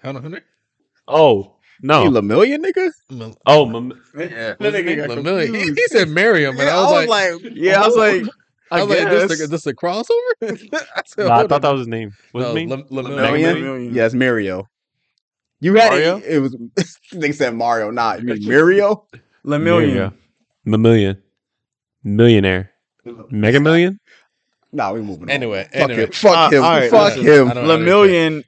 Hunter Hunter. Oh You no. Lamillion, nigga. Mil- Oh, m- Yeah, that was his nigga name got Lamillion? He, confused. he said Miriam, and I was, like, yeah, I was like, I, I was like, guess. this is this a crossover? I said, nah, I hold thought on. that was his name. Was no, it me? Lam- Lamillion. Lamillion? Mm-hmm. Lamillion. Yes, Mario. You had Mario? it. It was they said Mario, not you mean Mario. There you Lamillion. go. Mamillion. Millionaire. Mega Million? Nah, we moving on. Anyway, fuck anyway. him. Fuck Uh, him. all right, Fuck listen, I him. don't- Lamillion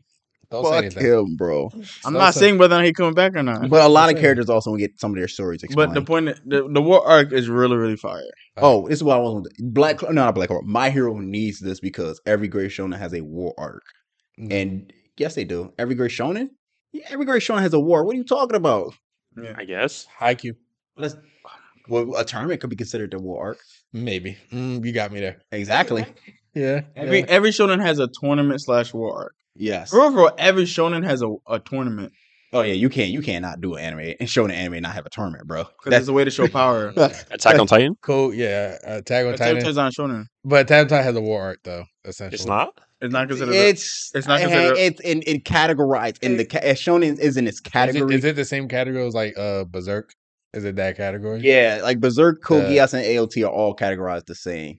Don't say Fuck anything. him, bro. I'm Don't not say- saying whether or not he coming back or not. But a lot of saying. characters also get some of their stories explained. But the point, the, the war arc is really, really fire. Oh, this is what I was. Black, Clo- no, not Black. Clover. My hero needs this because every great shonen has a war arc, Mm. and yes, they do. Every great shonen, yeah, every great shonen has a war. What are you talking about? Yeah. I guess. Haiku. Let's, well, a tournament could be considered the war arc. Maybe. Mm, you got me there. Exactly. Yeah. Every every shonen has a tournament slash war arc. Yes. For real, for real, every shonen has a, a tournament Oh yeah, you can't. You cannot do an anime and show an anime and not have a tournament, bro. because That's it's a way to show power. Attack on Titan? Cool. Yeah. Uh, Tag on Attack on Titan. Titan's not a shonen. But Attack on Titan has a war art though. Essentially. It's not. It's not considered. a- it's it's not it ha- considered- it's in, in categorized in the ca- as shonen is in its Is it, category. is it the same category as like uh Berserk? Is it that category? yeah, like Berserk, Code Uh, Geass, and AOT are all categorized the same.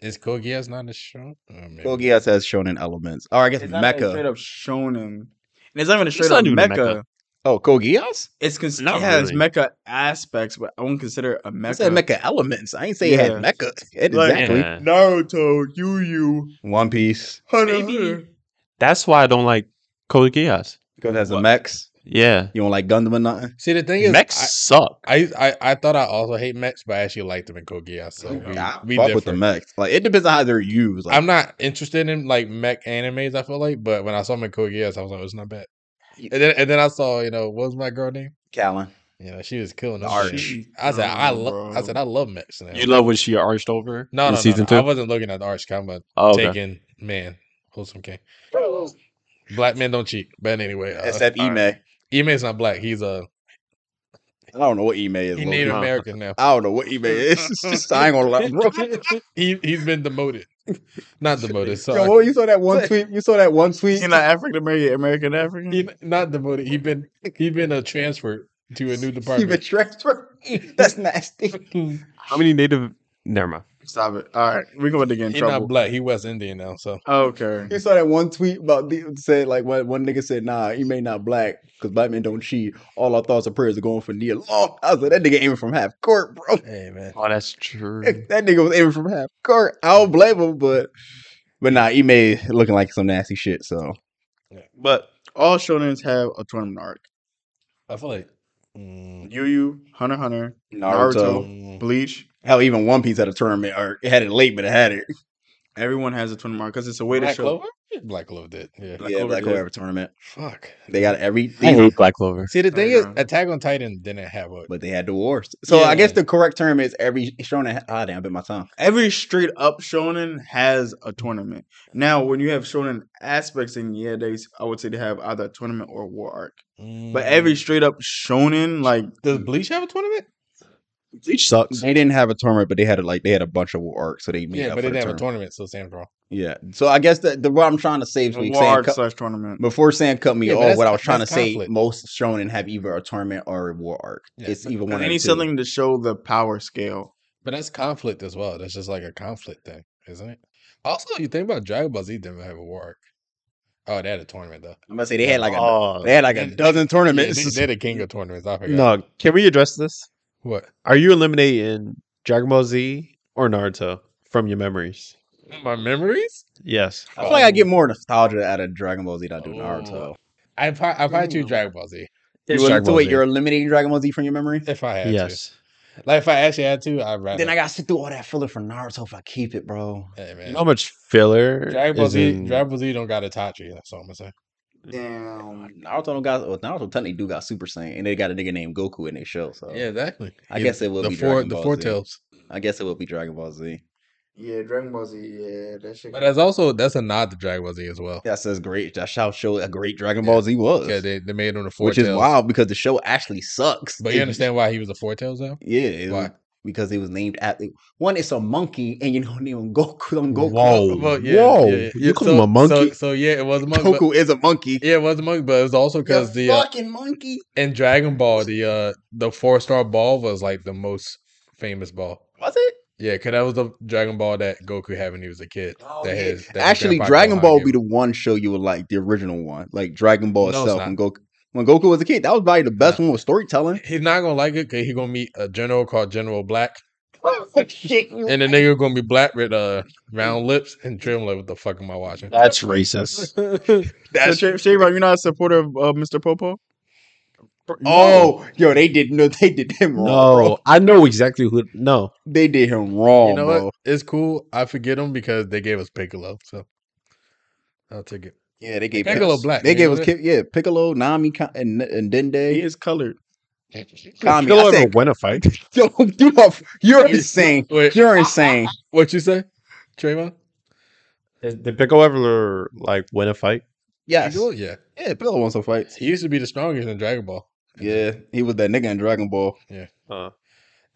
Is Kogias not a show? Oh, maybe. Code Geass has shonen elements. Or I guess it's not even Mecha. straight up shonen, and it's not even a It's straight not up even a mecha. mecha. Oh, Code Geass? It's cons- Not it has really. mecha aspects, but I wouldn't consider it a mecha. I said mecha elements. I ain't say it had Yeah. mecha. It- Like- exactly. Yeah. Naruto, Yu Yu, One Piece Hunter. Maybe. Hunter. That's why I don't like Code Geass. because it has the What? mechs. Yeah. You don't like Gundam or nothing. See the thing is, Mechs I- suck. I, I I thought I also hate mechs, but I actually liked them in Kogia. So we, I we fuck differ. with the mechs. Like it depends on how they're used. Like, I'm not interested in like mech animes. I feel like, but when I saw them in Kogia, I was like, "Oh, it's not bad. And then and then I saw you know what was my girl name? Callan. You know she was killing The us. arch. She- I said Oh, I love. I said I love mechs. Now. You love when she arched over no, in no, no, season no. two? I wasn't looking at the arch comma. oh, okay. Taking man, wholesome king. Black men don't cheat. But anyway, uh, Except Ime. Ime is not black. He's uh, a I don't know what Ime is. he low-key. Native Huh. American now. I don't know what Ime is. It's just, I ain't gonna lie, bro. He he's been demoted, not demoted. Yo, Sorry, what- you saw that one tweet. You saw that one tweet. He's not African American, American African. he, not demoted. He been he been uh, transferred to a new He been department. transferred. That's nasty. How many native. Never mind. Stop it. All right, we going to get in He's trouble. not black. He West Indian now. So Okay. You saw that one tweet about the, said like one, one nigga said, "Nah, he may not black because black men don't cheat. All our thoughts and prayers are going for Nia Long." I was like, "That nigga aiming from half court, bro. hey man, Oh, that's true. that nigga was aiming from half court. I don't blame him, but but nah, he may looking like some nasty shit. So But all shonens have a tournament arc. I feel like mm, Yu Yu, Hunter x Hunter, Naruto, Naruto. mm, Bleach. hell, even One Piece had a tournament arc. It had it late, but it had it. Everyone has a tournament arc because it's a way to Black show. Clover. Black Clover did. Yeah. Black yeah, Clover Black did. Clover had a tournament. Fuck. They got every I season, hate Black Clover. See the I thing is, know. Attack on Titan didn't have a but they had the wars. So I guess Yeah. the correct term is every shonen. ha- Ah, damn, I bit my tongue. Every straight up shonen has a tournament. Now, when you have shonen aspects, and yeah, they s- I would say they have either a tournament or a war arc. But Mm. every straight up shonen, like mm, does Bleach have a tournament? Bleach sucks. They didn't have a tournament, but they had a, like they had a bunch of war arcs, so they made Yeah, but up for it the didn't have a tournament. tournament, so Sam's wrong. Yeah. So I guess the, the what I'm trying to say is we war saying arc cut- slash tournament. before Sam cut me Yeah, but off, that's- what I was trying to that's say, conflict. most shonen have either a tournament or a war arc. Yeah, it's but- either And one they or need two. something to show the power scale. But that's conflict as well. That's just like a conflict thing, isn't it? Also, you think about Dragon Ball Z didn't have a war arc. Oh, they had a tournament though. I'm gonna say they had like a Oh. they had like a They- dozen Yeah, tournaments. they, they're the king of tournaments. I forgot. No, can we address this? What? Are you eliminating Dragon Ball Z or Naruto from your memories? My memories? Yes. I feel like I get more nostalgia out of Dragon Ball Z than I do Oh. Naruto. I probably, I probably choose Mm. Dragon Ball Z You It's were, Dragon so Ball wait, Z. you're eliminating Dragon Ball Z from your memory? if I had Yes. to. Like if I actually had to, I'd rather. Then I gotta sit through all that filler for Naruto if I keep it, bro. Hey, man. You know how much filler Dragon Ball is Z, in- Dragon Ball Z don't got Itachi. That's all I'm gonna say. Damn. Naruto don't got well, Naruto technically do got Super Saiyan, and they got a nigga named Goku in their show. So Yeah, exactly. I guess it would the be four, Dragon the Ball four Z. tails. I guess it would be Dragon Ball Z. Yeah, Dragon Ball Z. Yeah, that shit. But that's also that's a nod to Dragon Ball Z as well. That says great. That show showed a great Dragon Yeah. Ball Z was, Yeah, they, they made him the four which tails. is wild because the show actually sucks. But you understand why he was a four tails though? Yeah, it was Why? because it was named after one. It's a monkey, and you don't name Goku. Don't Goku. Whoa. Well, yeah, Whoa. yeah, yeah. You call so, him a monkey? So, so yeah, it was a monkey. but- Goku is a monkey. yeah, it was a monkey, but it was also because the uh, fucking monkey. in Dragon Ball the uh the four star ball was like the most famous ball. Was it? Yeah, because that was the Dragon Ball that Goku had when he was a kid. Oh, that yeah. his- that his Actually, grandpa Dragon Gohan Ball would gave be him. the one show you would like, the original one, like Dragon No, Ball it's itself. not. When Goku, when Goku was a kid, that was probably the best one with storytelling. He's not gonna like it because he's gonna meet a general called General Black. and the nigga gonna be black with uh round lips and trim like, what the fuck am I watching? That's racist. So, Shay, Shay Rock, you're not a supporter of uh, Mr. Popo? Oh, yo, they did no, they did him wrong. No, bro. I know exactly who. No, They did him wrong, you know bro. what? It's cool. I forget him because they gave us Piccolo, so I'll take it. Yeah, they gave Piccolo Piccolo black, They nigga, gave us what? Ki- yeah Piccolo, Nami, Ka- and and He Dende. is colored. Kami. He'll I ever said, win a fight. yo, you are, you're insane. Wait, You're insane. what you say, Trayvon? Did did Piccolo ever like win a fight? Yes. Piccolo? Yeah, Yeah, Piccolo won some fights. he used to be the strongest in Dragon Ball. Yeah, he was that nigga in Dragon Ball, Uh, Ain't gonna What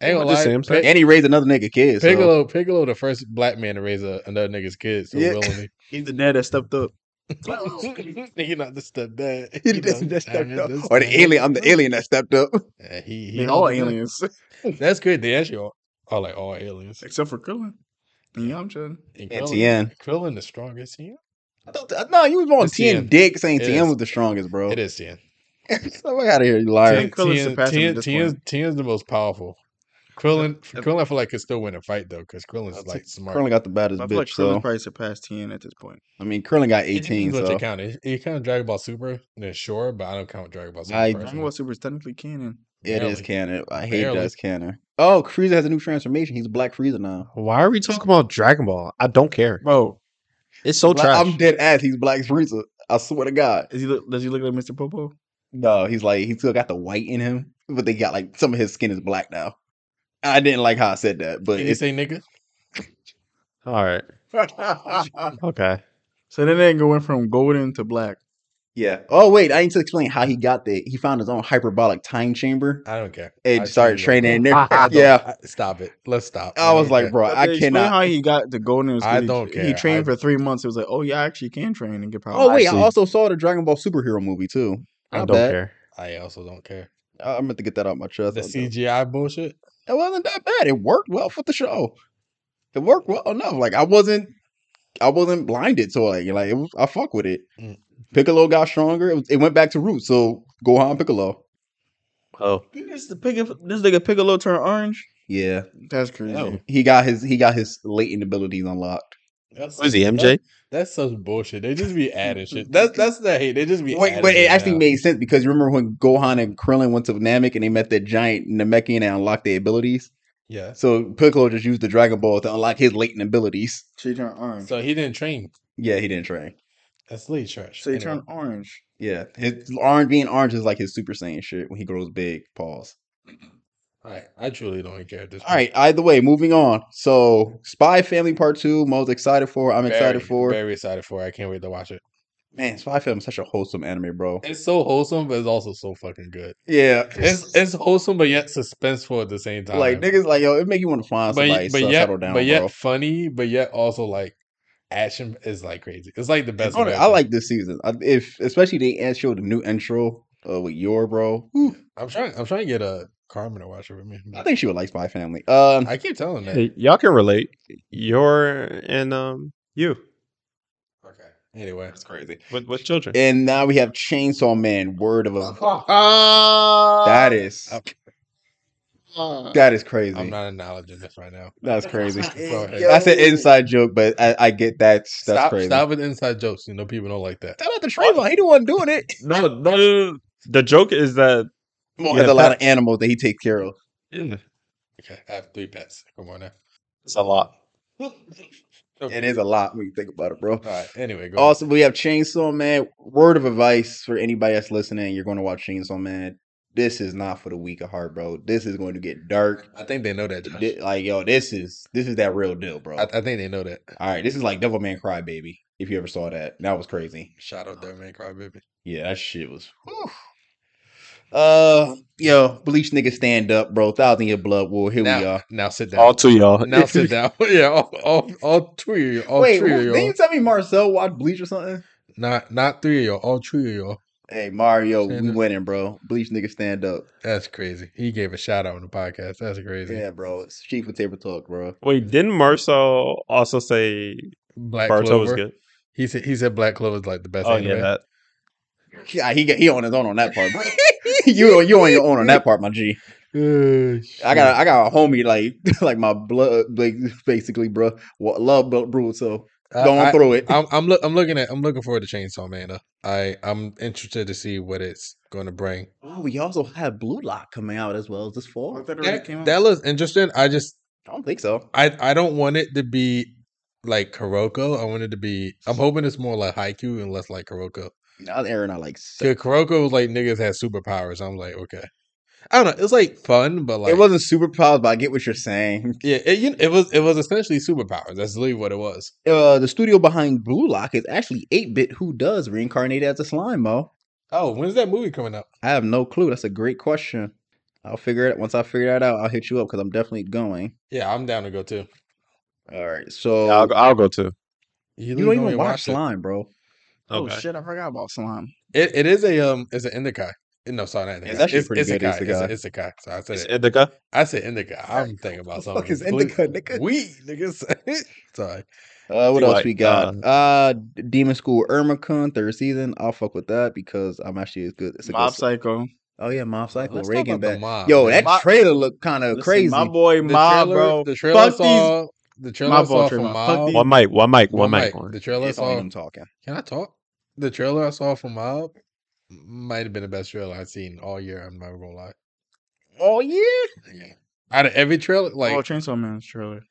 did lie, Sam say? Pic- and he raised another nigga kid. So. Piccolo, Piccolo, the first black man to raise a, another nigga's kid, so Yeah. willingly. He's the dad that stepped up. Nigga, not the stepdad. He You just- know, that stepped Diamond, up. this Or man. the alien, I'm the alien that stepped up. Yeah, he, he They all knows that. aliens. That's good. They actually are, are like all aliens. Except for Krillin. And Yamcha. And And Krillin, Tien. Krillin the strongest. Tien? I thought that- No, you was on It's Tien TN. Dick saying It Tien is. was the strongest, bro. It is Tien. Get out of here, you liar. think Krillin surpassed him Tien, at this Tien's, Tien's the most powerful. Krillin, I- Krillin, I feel like could still win a fight though, because Krillin's I'd like smart. Curling got the baddest I bitch. feel like Krillin's so probably surpassed 10 at this point. I mean, Curling got It depends 18. what So you count. It, you count Dragon Ball Super, then sure, but I don't count Dragon Ball Super. I- Dragon Ball Super is technically canon. it is barely. canon. I hate Barely. that it's canon. Oh, Frieza has a new transformation. He's Black Frieza now. Why are we talking about Dragon Ball? I don't care. Bro, It's so Black- trash. I'm dead ass. He's Black Frieza. I swear to God. is he look, does he look like Mr. Popo? No, he's like he still got the white in him, but they got like some of his skin is black now. I didn't like how I said that, but Can you it's say nigga? All right. Okay. So then they go in from golden to black. yeah. Oh wait, I need to explain how he got there. He found his own hyperbolic time chamber I don't care. I and truly started don't training care. in there. I don't- yeah, I- stop it. Let's stop. I was don't like, care. bro, But I they explain cannot. how he got to golden. is 'cause I he- don't He care. trained I- for three months. It was like, oh yeah, I actually can train and get power. oh wait, actually- I also saw the Dragon Ball superhero movie too. I Not don't bad. care. I also don't care. I- I'm going to get that out my chest. The I'll do- CGI bullshit. it wasn't that bad. It worked well for the show. It worked well enough. Like I wasn't, I wasn't blinded to it. Like it was, I fuck with it. Mm. Piccolo got stronger. It, was- it went back to roots. So Gohan Piccolo. Oh, This the pig, this nigga Piccolo turned orange. Yeah, That's crazy. he got his he got his latent abilities unlocked. That's, who is he? That's, MJ? that's such bullshit. They just be adding shit. That's that's the hate. They just be. Wait, adding but it shit actually now. made sense because you remember when Gohan and Krillin went to Namek and they met that giant Namekian and unlocked their abilities. Yeah. So Piccolo just used the Dragon Ball to unlock his latent abilities. So he turned orange. So, So he didn't train. Yeah, he didn't train. That's late trash. he Anyway. turned orange. Yeah, his orange being orange is like his Super Saiyan shit when he grows big. Pause. All right. I truly don't care. At this. All right. Either way, moving on. So, Spy Family Part Two. Most excited for. I'm excited for. Very excited for. it. I can't wait to watch it. Man, Spy Family is such a wholesome anime, bro. It's so wholesome, but it's also so fucking good. Yeah, It's it's wholesome, but yet suspenseful at the same time. like niggas like yo. It make you want to find but, somebody y- but to yet, settle down, but yet bro. funny, but yet also like action is like crazy. It's like the And best. of honest, Oh, I everything. like this season. I, if especially they intro the new intro uh, with your bro. Whew, I'm trying. I'm trying to get a Carmen to watch it with me. I think she would like Spy Family. Um, I keep telling that. Hey, y'all can relate. You're and um you Okay. Anyway, that's crazy. with with Eh. children. And now we have Chainsaw Man. Word of a Ah, that is Uh-huh. I'm- that is crazy. I'm not acknowledging this right now. that's crazy. Go ahead. Yo. That's an inside joke, but I, I get that. That's stop. crazy. Stop with inside jokes. You know people don't like that. Shout out to Trayvon. He the one doing it. No, no, no, no. The joke is that Well, Yeah, there's a lot of pets. animals that he takes care of. Okay. I have three pets. Come on now. it's a lot. Okay. It is a lot when you think about it, bro. All right. Anyway, go. Also, we have Chainsaw Man. Word of advice for anybody that's listening: You're going to watch Chainsaw Man. This is not for the weak of heart, bro. This is going to get dark. I think they know that. Josh. Thi- Like, yo, this is this is that real deal, bro. I, I think they know that. All right, this is like Devilman Crybaby. If you ever saw that, that was crazy. Shout Oh. out there, man, crybaby. Yeah, that shit was. whew. Uh, yo, bleach nigga, stand up, bro. Thousand year blood war. Here we Now, are. now sit down. All two y'all. now sit down. yeah, all, all, all three of you. All Wait, three of who- didn't y'all. you tell me Marcel watched Bleach or something? Not not three of y'all. All three of y'all. Hey Mario, Stand we up. winning, bro. Bleach nigga, stand up. That's crazy. He gave a shout out on the podcast. That's crazy. Yeah, bro. It's cheap with table talk, bro. wait, didn't Marcel also say Black Barto Clover. was good? He said he said Black Clover is like the best. Oh anime. yeah, that Yeah, he got he on his own on that part. Bro. you on- you on your own on that part, my G. I got I got a homie like like my blood like basically, bro. What love bro, bro, so going I, through it. am I'm, look, I'm looking at I'm looking forward to Chainsaw Man. though. I I'm interested to see what it's going to bring. oh, we also have Blue Lock coming out as well as this fall. Oh, I thought it already That, came out. that looks interesting. I just I don't think so. I I don't want it to be like Kuroko. I want it to be. I'm hoping it's more like Haiku and less like Kuroko. Now Aaron, I like. sick. Cause Kuroko was like niggas had superpowers. I'm like okay. I don't know. It's like fun, but like it wasn't superpowers, but I get what you're saying. Yeah, it, you- it was it was essentially superpowers. That's literally what it was. Uh, the studio behind Blue Lock is actually 8 Bit, who does reincarnate as a slime, Mo. Oh, when's that movie coming out? I have no clue. That's a great question. I'll figure it once I figure that out. I'll hit you up because I'm definitely going. Yeah, I'm down to go too. All right, so Yeah, I'll, go- I'll go too. you don't even watch slime, bro. oh Okay. shit, I forgot about slime. It. it it is a um it's an indica. No, sorry, not indica. It's actually it's, pretty good, isekai. It's isekai. an isekai. So I said It's it. Indica. I said indica. I'm thinking about the something. fuck is completely- indica, nigga? We niggas. sorry. Uh, what See, else like, we got? uh, Uh, Demon School Ermacon third season. I'll fuck with that because I'm actually it's good. It's a Mob good. Psycho. Oh yeah, Mob Let's Cycle talk Reagan about the back. mob, Yo, man. that Mob- trailer looked kind of Listen, crazy. my boy the Mob, trailer, bro. The trailer I Fuck saw. The trailer I My saw fault, for Trayvon. Fuck Mob. these- One mic. One mic. One One mic. mic. one. The trailer I it's saw. all talking. Can I talk? The trailer I saw for Mob might have been the best trailer I've seen all year. I'm not gonna lie. Oh yeah, Yeah. Out of every trailer, oh, like Chainsaw Man's trailer.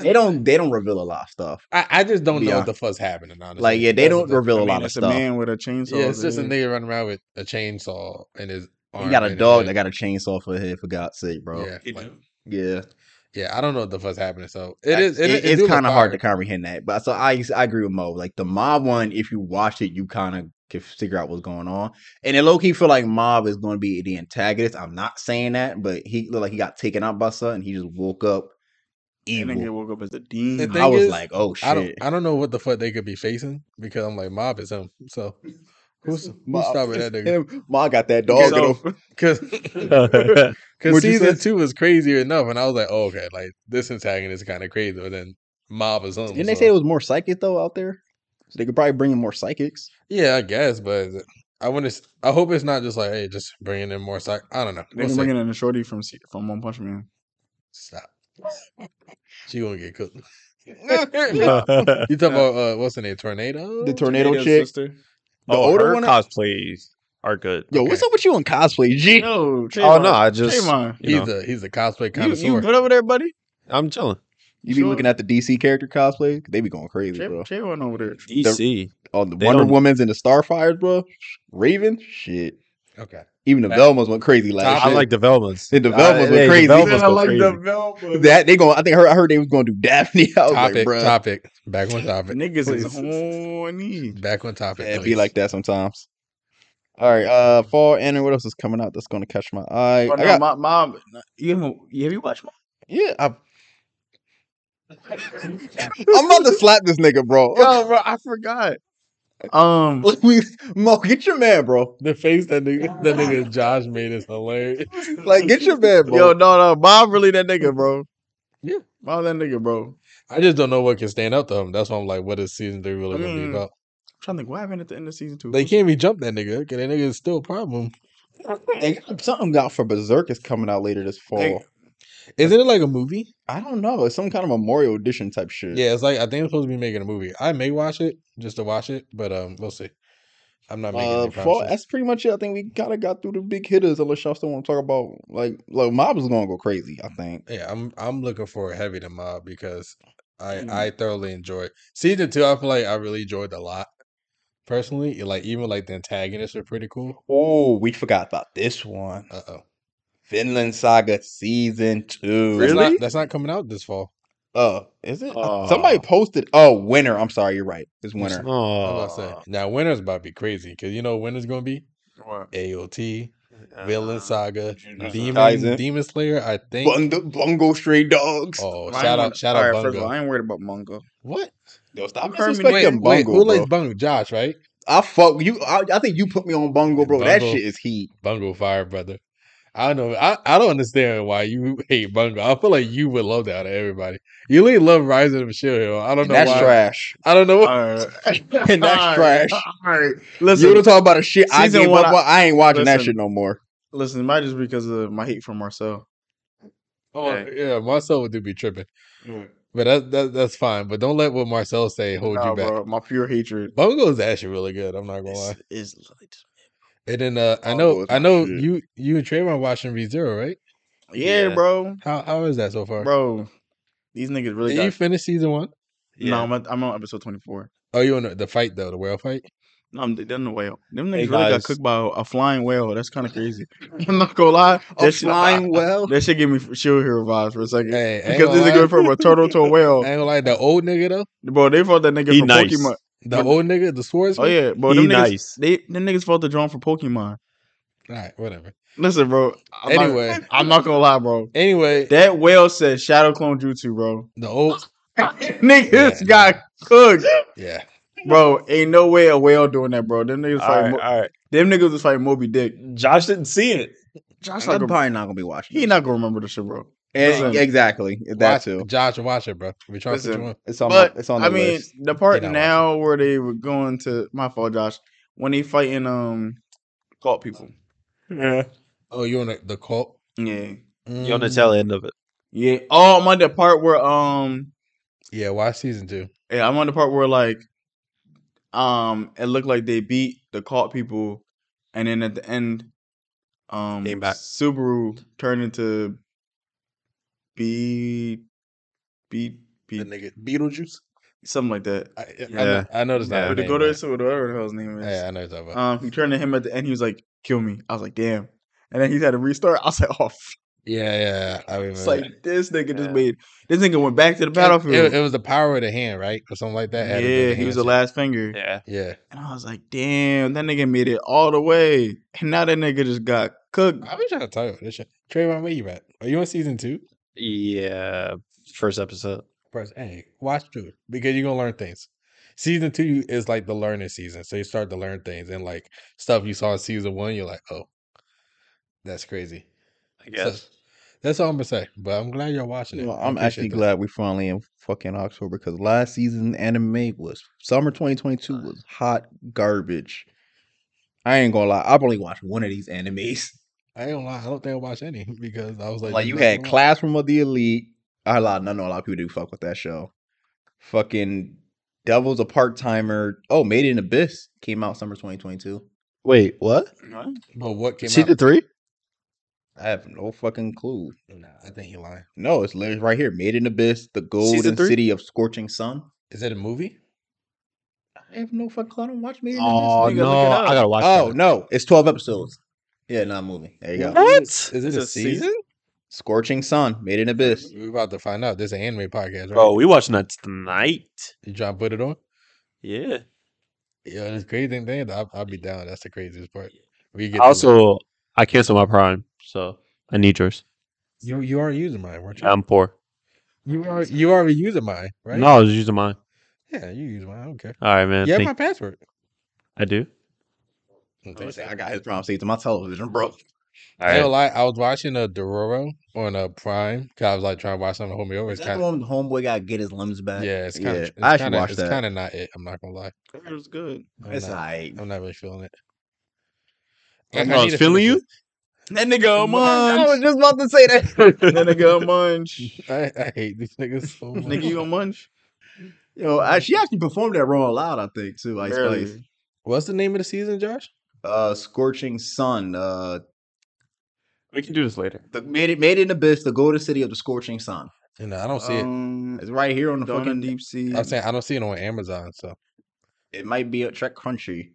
they don't they don't reveal a lot of stuff. I, I just don't know Yeah. what the fuss happening. Honestly, Like yeah, they That's don't the thing. reveal I a lot mean, of it's a stuff. man with a chainsaw. Yeah, it's just a dude. nigga running around with a chainsaw and his. He arm got in a his dog hand. that got a chainsaw for head for God's sake, bro. Yeah, It like- do. Yeah, yeah, I don't know what the fuss happening. So it Like, is. It, it- it do it's look kind of hard fire. to comprehend that, but so I I agree with Mo. Like the mob one, if you watch it, you kind of can figure out what's going on. And it low key feel like mob is going to be the antagonist. I'm not saying that, but he looked like he got taken out by something. He just woke up That evil. nigga woke up as a demon. The I thing was is, like, oh shit. I don't. I don't know what the fuck they could be facing because I'm like mob is him. So who's who's Mob stopping is that nigga? him. Ma got that Dog, dog. in him. Because because What'd you season say? two was crazy enough, and I was like, oh, okay, like this antagonist is kind of crazy. But then mob is him. Didn't they so- say it was more psychic though out there? So they could probably bring in more psychics. Yeah, I guess, but is it- I want to. I hope it's not just like, hey, just bringing in more psych. I don't know. They We'll can see. bring in a shorty from Se- from One Punch Man. Stop. She gonna get cooked. the You talk about uh, what's the name? Tornado. tornado Tornado chick. sister. The oh, older her one- cosplays are good. Yo, what's Okay. up with you on cosplay, G? No, Trayvon. Oh no, I just Trayvon. you know, he's a he's a cosplay You, you connoisseur. good over there, buddy? I'm chilling. You be Sure. looking at the DC character cosplay? They be going crazy, Tray- bro. Trayvon over there. DC. On Oh, the They Wonder don't- Woman's and the Starfires, bro. Raven, shit. okay. Even the That- Velmas went crazy last Top I year. it. like the Velmas. The Velmas I- were hey, crazy. The Velmas Man, go crazy. Velma. that they going I think I heard, I heard they was going to do Daphne. I was Topic. like, bro, topic. Back on topic. Niggas Please. is horny. Back on topic. it be please. like that sometimes. All right, uh, fall and what else is coming out that's going to catch my eye? But I Oh, no, got, my mom. You haven't- you- have you watched mom? yeah, I, I'm about to slap this nigga, bro. Yo, bro, I forgot. Um, We- Mo, get your man, bro. the face that nigga that nigga Josh made is hilarious. Like, get your man, bro. yo, no, no, mom really that nigga, bro. Yeah. mom that nigga, bro. I'm I just don't know what can stand up to him. That's why I'm like, what is season three really I gonna be Mm. mean, about? trying to think what happened at the end of season two. They can't be jump that nigga. Cause that nigga is still a problem. They got- something out for Berserk is coming out later this fall. They- Isn't it like a movie? I don't know. It's some kind of memorial edition type shit. Yeah, it's like I think I'm supposed to be making a movie. I may watch it just to watch it, but um, we'll see. I'm not making Uh, any fall, promises. that's pretty much it. I think we kind of got through the big hitters, unless y'all still want to talk about like, like Mob is gonna go crazy. I think. yeah, I'm I'm looking for heavy to mob because I Mm. I thoroughly enjoyed season two. I feel like I really enjoyed a lot personally. Like even like the antagonists are pretty cool. Oh, we forgot about this one, Uh oh, Finland Saga season two. that's Really? not that's not coming out this fall. Oh, is it? I- Oh. Somebody posted. Oh, winter. I'm sorry, you're right. It's winter. I'm about to say Oh, now winter's about to be crazy because you know winter's gonna be What? AOT Villain Saga Jujutsu Demon Kaisen. Demon Slayer. I think. Bungo, bungo stray dogs. Oh, Well, I shout ain't out wanna- shout all out right, First of all, Bungo. I ain't worried about Mungo. What? Yo, stop You heard me. Wait, disrespecting wait, bungo, who bro. likes Bungo? Josh, right? I fuck you. I, I think you put me on bungo, bro. That Bungo. shit is heat. Bungo Fire Brother. I don't know. I, I don't understand why you hate Bungo. I feel like you would love that out of everybody. You really love Rise of the Shield Hero. I don't And know that's why. trash. I don't know why. All right. And that's trash. All right. You Listen, want to talk about a shit I Season gave one, up I- on? I ain't watching that listen. shit no more. Listen, it might just be because of my hate for Marcel. Oh Hey. yeah, Marcel would do be tripping, but that, that that's fine. But don't let what Marcel say hold Nah, you back. bro, my pure hatred. Bongo is actually really good. I'm not gonna lie. Is, is lit. And then uh, I Bongo know is I my know shit. you you and Trayvon watching V Zero right? Yeah, Yeah. bro, How how is that so far? bro, these niggas really Did got. you finish season one? No, I'm, at, I'm on episode 24. Oh, you on the, the fight though, the whale fight? No, I'm they're in the whale. Them niggas Hey, really got guys. cooked by a, a flying whale. That's kind of crazy. I'm not gonna lie. That shit, flying well. that shit give me Shield Hero vibes for a second. Hey, I ain't because gonna this lie, nigga from a turtle to a I whale. ain't gonna lie, the old nigga though, Bro, they fought that nigga He from nice. Pokemon. the But- old nigga, the swordsman. Oh yeah, bro. He Them niggas, nice. They them niggas fought the drum for Pokemon. All right, whatever. Listen, bro. I'm Anyway. not, I'm not gonna lie, bro. Anyway, That whale said Shadow Clone Jutsu, bro. the old niggas Yeah, got cooked, yeah. bro. Ain't no way a whale doing that, bro. Them niggas All fight. right, Mo- all right. them niggas was fighting Moby Dick. Josh didn't see it. Josh, not I'm gonna, probably not gonna be watching. he this. not gonna remember the shit, bro. And- Listen. Eh, exactly that watch, too. Josh, watch it, bro. We trying to put Listen. you on. It's on. but my, it's on. The I mean, list. the part You're not now where they were going to my fault, Josh. When they fighting um cult people. Yeah. Oh, you on the, the cult? Yeah. You on the Mm, tail end of it. Yeah. Oh, I'm on the part where um Yeah, watch season two. yeah, I'm on the part where like um it looked like they beat the cult people and then at the end um Came back. Subaru turned into B B The B nigga Beetlejuice. something like that. I, I, know, Yeah. I know that's not. Yeah. her Or the name, go to right? whatever the hell his name is. Yeah, I know what you're talking about. Um, he turned to him at the end. He was like, "Kill me." I was like, "Damn." And then he had to restart. I was like, "Oh, f-. yeah, yeah. I remember. it's like this nigga just Yeah. made this nigga went back to the it, battlefield." it, it was the power of the hand, right, or something like that. added to yeah, he was the handshake. last finger, Yeah. Yeah, and I was like, "Damn, that nigga made it all the way." And now that nigga just got cooked. I've been trying to tell you this shit. Trayvon, where you at? Are you on season two? Yeah. First episode. Press A. Watch through it, because you're gonna learn things. Season two is like the learning season, so you start to learn things and like stuff you saw in season one. You're like, oh, that's crazy. I guess. That's all I'm gonna say. But I'm glad you're watching it. Well, I I'm actually appreciate that. glad we finally in fucking October because last season anime was summer 2022 was hot garbage. I ain't gonna lie, I've only watched one of these animes. I ain't gonna lie. I don't think I watched any because I was like, Like there's you nothing had to watch. Classroom of the Elite. I lot, I know a lot of people do fuck with that show. Fucking Devil's a part timer. Oh, Made in Abyss came out summer 2022. Wait, what? But what came Season out? three? I have no fucking clue. Nah, I think he lying. No, it's literally right here. Made in Abyss, the Season golden three? city of scorching sun. Is it a movie? I have no fucking clue. I don't watch Made in Abyss. Oh nigga. no, look it up. I gotta watch. Oh that. no, it's twelve episodes. Yeah, not a movie. There you go. What? Is it It's a, a season? season? Scorching Sun, Made in Abyss. We're about to find out. This is an anime podcast, right? Oh. bro, we watching that tonight. You trying to put it on? Yeah. Yeah, it's crazy thing. then I'll, I'll be down. That's the craziest part. We get to- Also, I canceled my Prime, so I need yours. you you aren't using mine, weren't you? I'm poor. you are you already using mine, right? Um, No, I was using mine. Yeah, you use mine. I don't care. All right, man. You have thank- my password. I do. I I don't think- got his prom saved to my television, bro. All I ain't right. gonna lie, I was watching a Dororo on a Prime because I was like trying to watch something. Homie, over. Is It's that the kind of one homeboy got to get his limbs back? yeah, it's kind Yeah, of I it's actually kind of watched it's that. kind of not it. I'm not gonna lie. It was good. I'm It's not, alright. I'm not really feeling it. Oh, no, it's feeling you? That nigga a I was munch. just about to say that. that nigga a munch. I, I hate these niggas so much. Nigga, you a munch? Yo, I, she actually performed that wrong loud, I think, too. Ice Barely. Spice. What's the name of the season, Josh? Uh, Scorching Sun. Uh, We can do this later. the Made it Made in Abyss, the golden city of the scorching sun. You know, I don't see Um, It's right here on the Dawn fucking. in Deep Sea. it. I'm saying I don't see it on Amazon. So It might be a Trek Crunchy.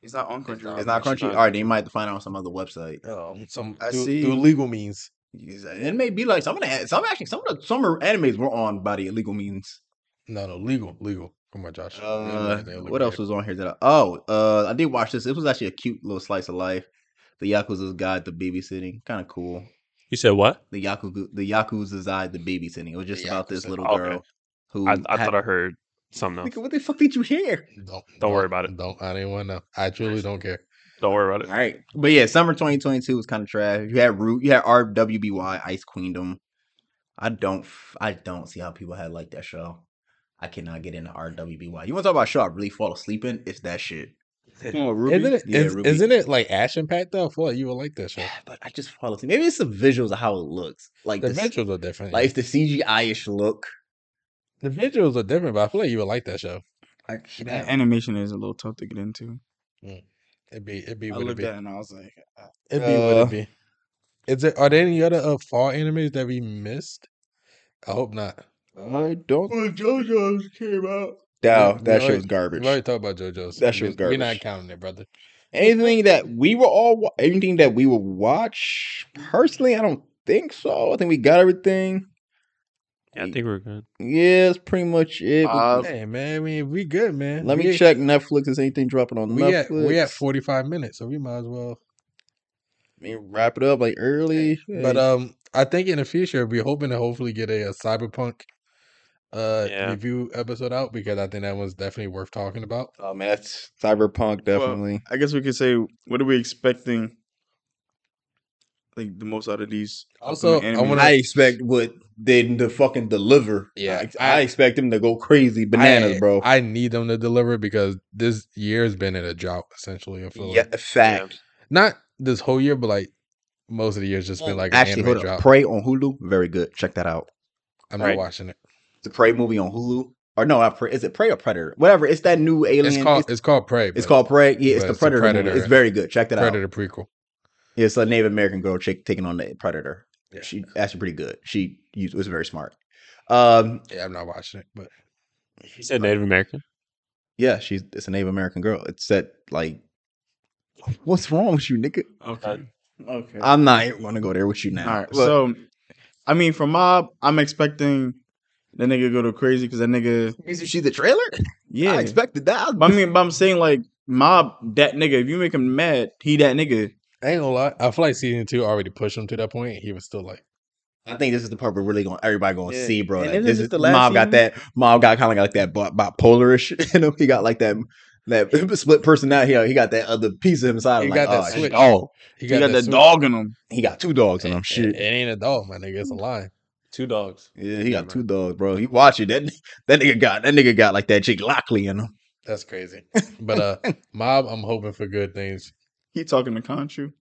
it's not on country. It's not Um, Crunchy. All right, they might have to find out on some other website. oh, some I through, see. through legal means. It may be like some of the some actually some of the summer animes were on by the illegal means. No, no, legal, legal. Come on, Josh. We don't do Uh, anything illegal what else here. was on here that I oh uh I did watch this. It was actually a cute little slice of life. The Yakuza's guide to babysitting, kind of cool. You said what? The Yakuza, the Yakuza's guide to babysitting. It was just The about this Yakuza. little Okay. girl who I, I had- thought I heard something else. Nigga, what the fuck did you hear? Don't, worry about it. Don't. I didn't want to. I truly don't care. Don't worry about All it. right, but yeah, summer 2022 was kind of trash. You had Root, you had RWBY, Ice Queendom. I don't, f- I don't see how people had like that show. I cannot get into RWBY. You want to talk about a show I really fall asleep in? It's that shit. Said, Come on, Ruby. Isn't it? Yeah, is, Ruby. isn't it like action packed though? I feel like you would like that show. yeah, but I just follow. Maybe it's the visuals of how it looks. Like The the, visuals are different. like it's the CGI ish look. the visuals are different, but I feel like you would like that show. I That can't. animation is a little tough to get into. It'd be it'd be I what it'd looked be. at it and I was like, uh, It'd be what Uh, it'd be. Is there are there any other uh, fall animes that we missed? I hope not. I don't. when JoJo's came out. Doubt we that shit already- was garbage. We already talked about JoJo's. That shit was We- We're not garbage. counting it, brother. Anything that we were all, wa- anything that we will watch. Personally, I don't think so. I think we got everything. Yeah, I think we're good. Yeah, that's pretty much it. Uh, Hey man, I mean we good, man. Let me We- check Netflix. Is anything dropping on We Netflix? at we at forty five minutes, so we might as well. I mean, wrap it up like early. But um, I think in the future we're hoping to hopefully get a, a cyberpunk uh Yeah. review episode out because I think that one's definitely worth talking about. oh man, that's cyberpunk definitely. I guess we could say, what are we expecting? Like the most out of these. Also, upcoming I animes? wanna- I expect what they to fucking deliver. Yeah, I, I I- expect them to go crazy bananas, I- bro. I need them to deliver because this year has been in a drought essentially. I feel yeah, like. fact. not this whole year, but like most of the years, just been like an Actually, anime hold up. drought. Prey on Hulu, very good. Check that out. I'm Right. not watching it. It's a Prey movie on Hulu, or no, not Prey. Is it Prey or Predator? Whatever. It's that new alien. It's called it's, called Prey. it's but called Prey. Yeah, it's but the it's a Predator. movie. Predator. It's very good. Check that out. Predator prequel. Yeah, it's a Native American girl chick taking on the predator. Yeah. She actually pretty good. She used, was very smart. Um, Yeah, I'm not watching it, but He said Native American. yeah, she's it's a Native American girl. It's that like, what's wrong with you, nigga? Okay. Okay. I'm not even gonna go there with you now. All right. Look, so, I mean, for Mob, I'm expecting that nigga go to crazy because that nigga. you see- see the trailer? Yeah. I expected that. but I mean, but I'm saying like Mob, that nigga. If you make him mad, he that nigga. I ain't gonna lie. I feel like season two already pushed him to that point. He was still like, I think this is the part we're really going. to Everybody going to Yeah. see, bro. And Like, isn't this this is the the last Mob season? got that. Mob got kind of like that bi- bipolarish. You know, he got like that that split personality. He got that other piece of himside. He like, got that oh, switch. dog. he He got, that switch. dog in him. He got two dogs It, in him. it- Shit. it ain't a dog, my nigga. It's a line. Two dogs. Yeah, he got Yeah, two dogs, bro. You watch it. That that nigga got that nigga got like that Jake Lockley in him. That's crazy. But uh, mob, I'm hoping for good things. He talking to Conchu.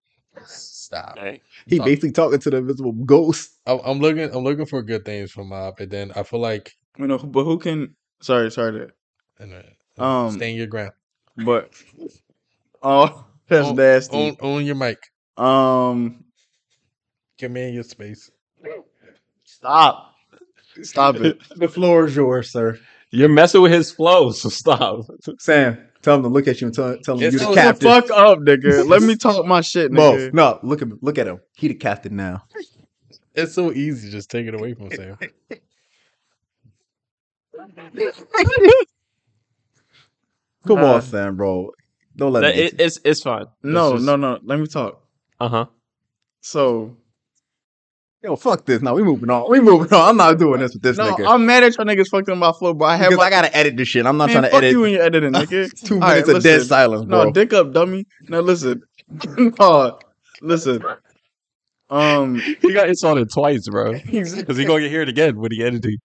Stop. Hey, He Oh. basically talking to the invisible ghost. I'm, I'm looking. I'm looking for good things from mob, and then I feel like You know, but who can? Sorry, sorry. To, and, uh, Um, stay in your ground. but oh, that's Own- nasty. Own, own your mic. Um, Command your space. stop, stop it. The floor is yours, sir. you're messing with his flow, so stop. Sam, tell him to look at you and tell, tell him Yes, you sir. the Shut Shut the captain. fuck up, nigga. Let me talk my shit, Mo, nigga. no, look at him. Look at him. He the captain now. It's so easy. Just take it away from Sam. Come Uh, on, Sam, bro. Don't let That- him. it- get it's it's fine. No, just- no, no. Let me talk. Uh huh. So you. Yo, fuck this. No, we moving on. We moving on. I'm not doing this with this no, nigga. I'm mad at y'all niggas fucked up my flow, but I have because my I gotta edit this shit. I'm not man, trying to fuck edit you and your editing, nigga. two All right, minutes of dead listen. silence, bro. No, dick up, dummy. No, listen. no, listen. Um, He got insulted twice, bro. Because he gonna get heard again when he edited.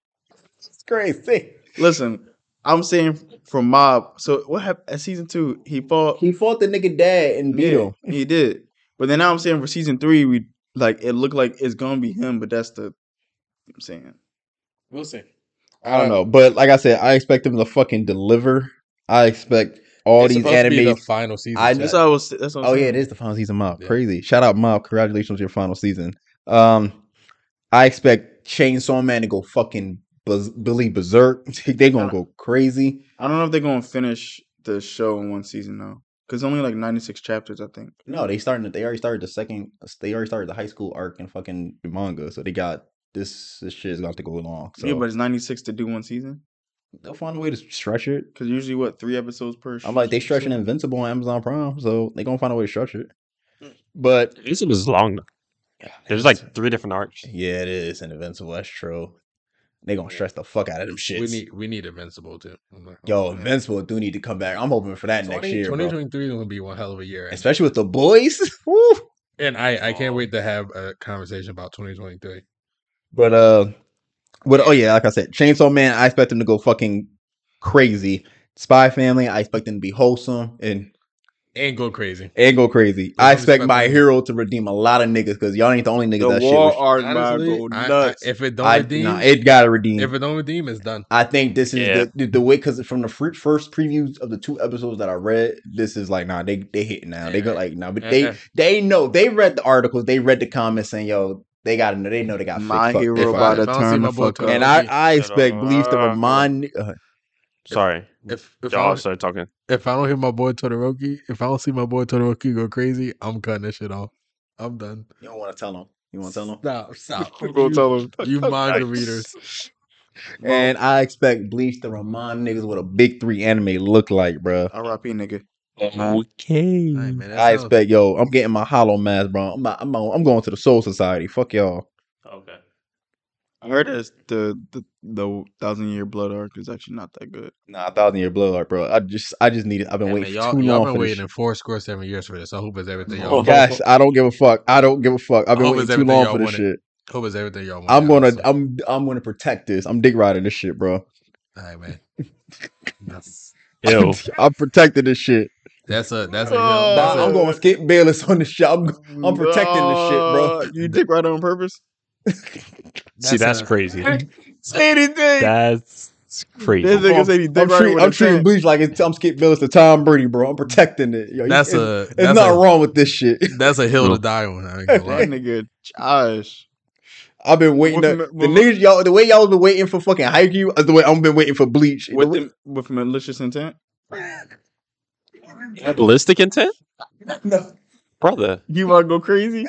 It's crazy. listen. I'm saying from Mob. So what happened at season two? He fought. He fought the nigga dad and beat Yeah, him. He did. But then now I'm saying for season three, we like it looked like it's gonna be him, but that's the I'm saying. We'll see. I don't know, but like I said, I expect them to fucking deliver. I expect all It's these supposed to be the animes. final season. I so That's how I was. That's what I'm oh yeah, saying. it is the final season, Mob. Yeah. Crazy! Shout out, Mob. Congratulations on your final season. Um, I expect Chainsaw Man to go fucking buzz- Billy Berserk. they gonna go crazy. I don't know if they're gonna finish the show in one season though, because only like 96 chapters, I think. No, they starting. to- They already started the second. They already started the high school arc and fucking the manga. So they got this. This shit is going to go long. So Yeah, but it's 96 to do one season. they'll find a way to stretch it. Because usually, what three episodes per? I'm like they stretching season? Invincible on Amazon Prime, so they gonna find a way to stretch it. Mm. But This was long. though. There's like three different arcs. Yeah, it is an Invincible. That's true. They gonna stress the fuck out of them shits. We need we need Invincible too. I'm like, Yo, oh, man. Invincible do need to come back. I'm hoping for that 20 next year, bro. 2023 is gonna be one hell of a year, and, Especially with the boys. Woo! and I I can't wait to have a conversation about 2023. But uh, but oh yeah, like I said, Chainsaw Man. I expect them to go fucking crazy. Spy Family. I expect them to be wholesome and and go crazy. and go crazy. Yeah, I I'm expect my expecting- hero to redeem a lot of niggas because y'all ain't the only niggas The that shit. war Was, art about Honestly, go I- I- nuts. if it don't I, redeem, nah, it gotta redeem. if it don't redeem, it's done. I think this is Yeah. the, the the way because from the fir- first previews of the two episodes that I read, this is like nah, they they hit now. They go like nah, but they Yeah. they know they read the articles, they read the comments saying yo, they gotta know they know they got My fixed. Fuck, they hero fucked about up. if I to don't see turn my the boy fuck Cole- up. And I I Shut expect up. beliefs "Oh, to remind. Uh, Sorry, If if I y'all don't, started talking. if I don't hear my boy Todoroki, if I don't see my boy Todoroki go crazy, I'm cutting that shit off. I'm done. you don't want to tell them. You want to tell them. Stop, stop. I'm gonna You- tell him. you manga readers. And I expect Bleach to remind niggas what a big three anime look like, bruh. R.I.P. nigga. Uh-huh. Okay. All right, man, that I sounds- expect yo, I'm getting my hollow mask, bro. I'm not- I'm, on- I'm going to the Soul Society. Fuck y'all. Okay. I heard it's the the, the thousand year blood arc is actually not that good. Nah, thousand year blood art, bro. I just I just need it. I've been Hey, man, waiting for y'all, too y'all long been for this. waiting in four score seven years for this. I hope it's everything. shit. Y'all Oh, want. Gosh, I don't give a fuck. I don't give a fuck. I I've been hope waiting it's too everything long y'all for this wanted. shit. hope it's everything y'all want. I'm gonna honestly. I'm I'm gonna protect this. I'm dick riding this shit, bro. All right, man. That's Yo, I'm protecting this shit. that's a that's a Oh, hill. Nah, That's I'm a, going to skip Bayless on this shit. I'm, I'm protecting this shit, bro. Nah, You dick right on purpose. see, that's a- crazy. Say anything. That's This crazy. nigga said he dick I'm, right treat, with I'm a treating tank. Bleach like it's, I'm Skip Bayless to Tom Brady, bro. I'm protecting it. Yo, you- That's it's, a it's that's nothing a, wrong with this shit. that's a hill No. to die on. I ain't That gonna lie. nigga, Josh. I've been waiting. With To, Ma- the with- niggas, y'all, the way y'all been waiting for fucking Haikyuu is the way I've been waiting for Bleach. The With, way- the, with malicious intent? Ballistic intent, no. All brother. You want to go crazy?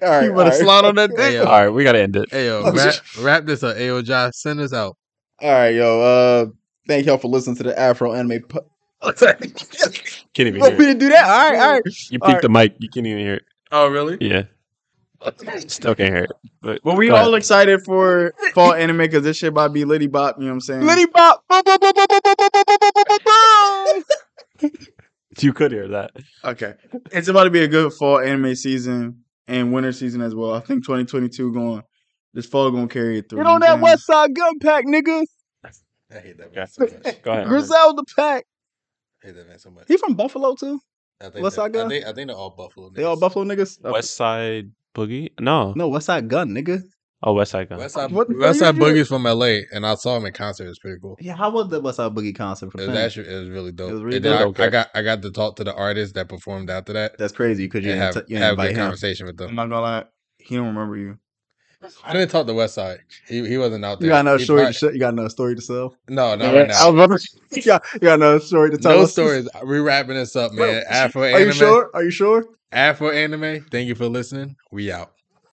right, You all want to right. slide on that Hey dick? yo, All right, we gotta end it. hey yo, wrap wrap this up. Hey yo, Josh, send us out. All right, yo. Uh, thank y'all for listening to the Afro Anime. Po- Oh, Can't even you want hear me it. to do that? All right, all right. You All peeked the mic. You can't even hear it. Oh really? Yeah. Still can't hear it. But But we Go ahead. all excited for fall anime because this shit about to be Liddy Bop. You know what I'm saying? Liddy Bop. Bop, bop, bop, bop, bop, bop, bop, bop, bop, bop, bop. you could hear that. Okay, it's about to be a good fall anime season and winter season as well. I think 2022 going this fall gonna carry it through. Get you on know that what I'm West Side Gun Pack, nigga. I hate that Yeah. man so much. I Go ahead. Griselda Pack. hate that man so much. He from Buffalo too. I What's that- I got? think I think they're all Buffalo. They all niggas. Buffalo niggas. West Side Boogie? No. No, West Side Gun, nigga. Oh, West Side Gun. West Side, What the fuck West is Side you- Boogie's from LA, and I saw him in concert. It was pretty cool. Yeah, how was the West Side Boogie concert for It the was fans? actually it was really dope. It was really and then I, dope. I got I got to talk to the artist that performed after that That's crazy because you and didn't, have t- you didn't have a invite good him. conversation with saying? I'm them. not gonna lie, he don't remember you. I didn't talk to West Side. He he wasn't out You there. got another He story probably- to sh- you got another story to sell. no, not right now. you, got, you got another story to tell No us. stories. We wrapping this up, man. Afro Are anime. you sure? Are you sure? Afro anime. Thank you for listening. We out.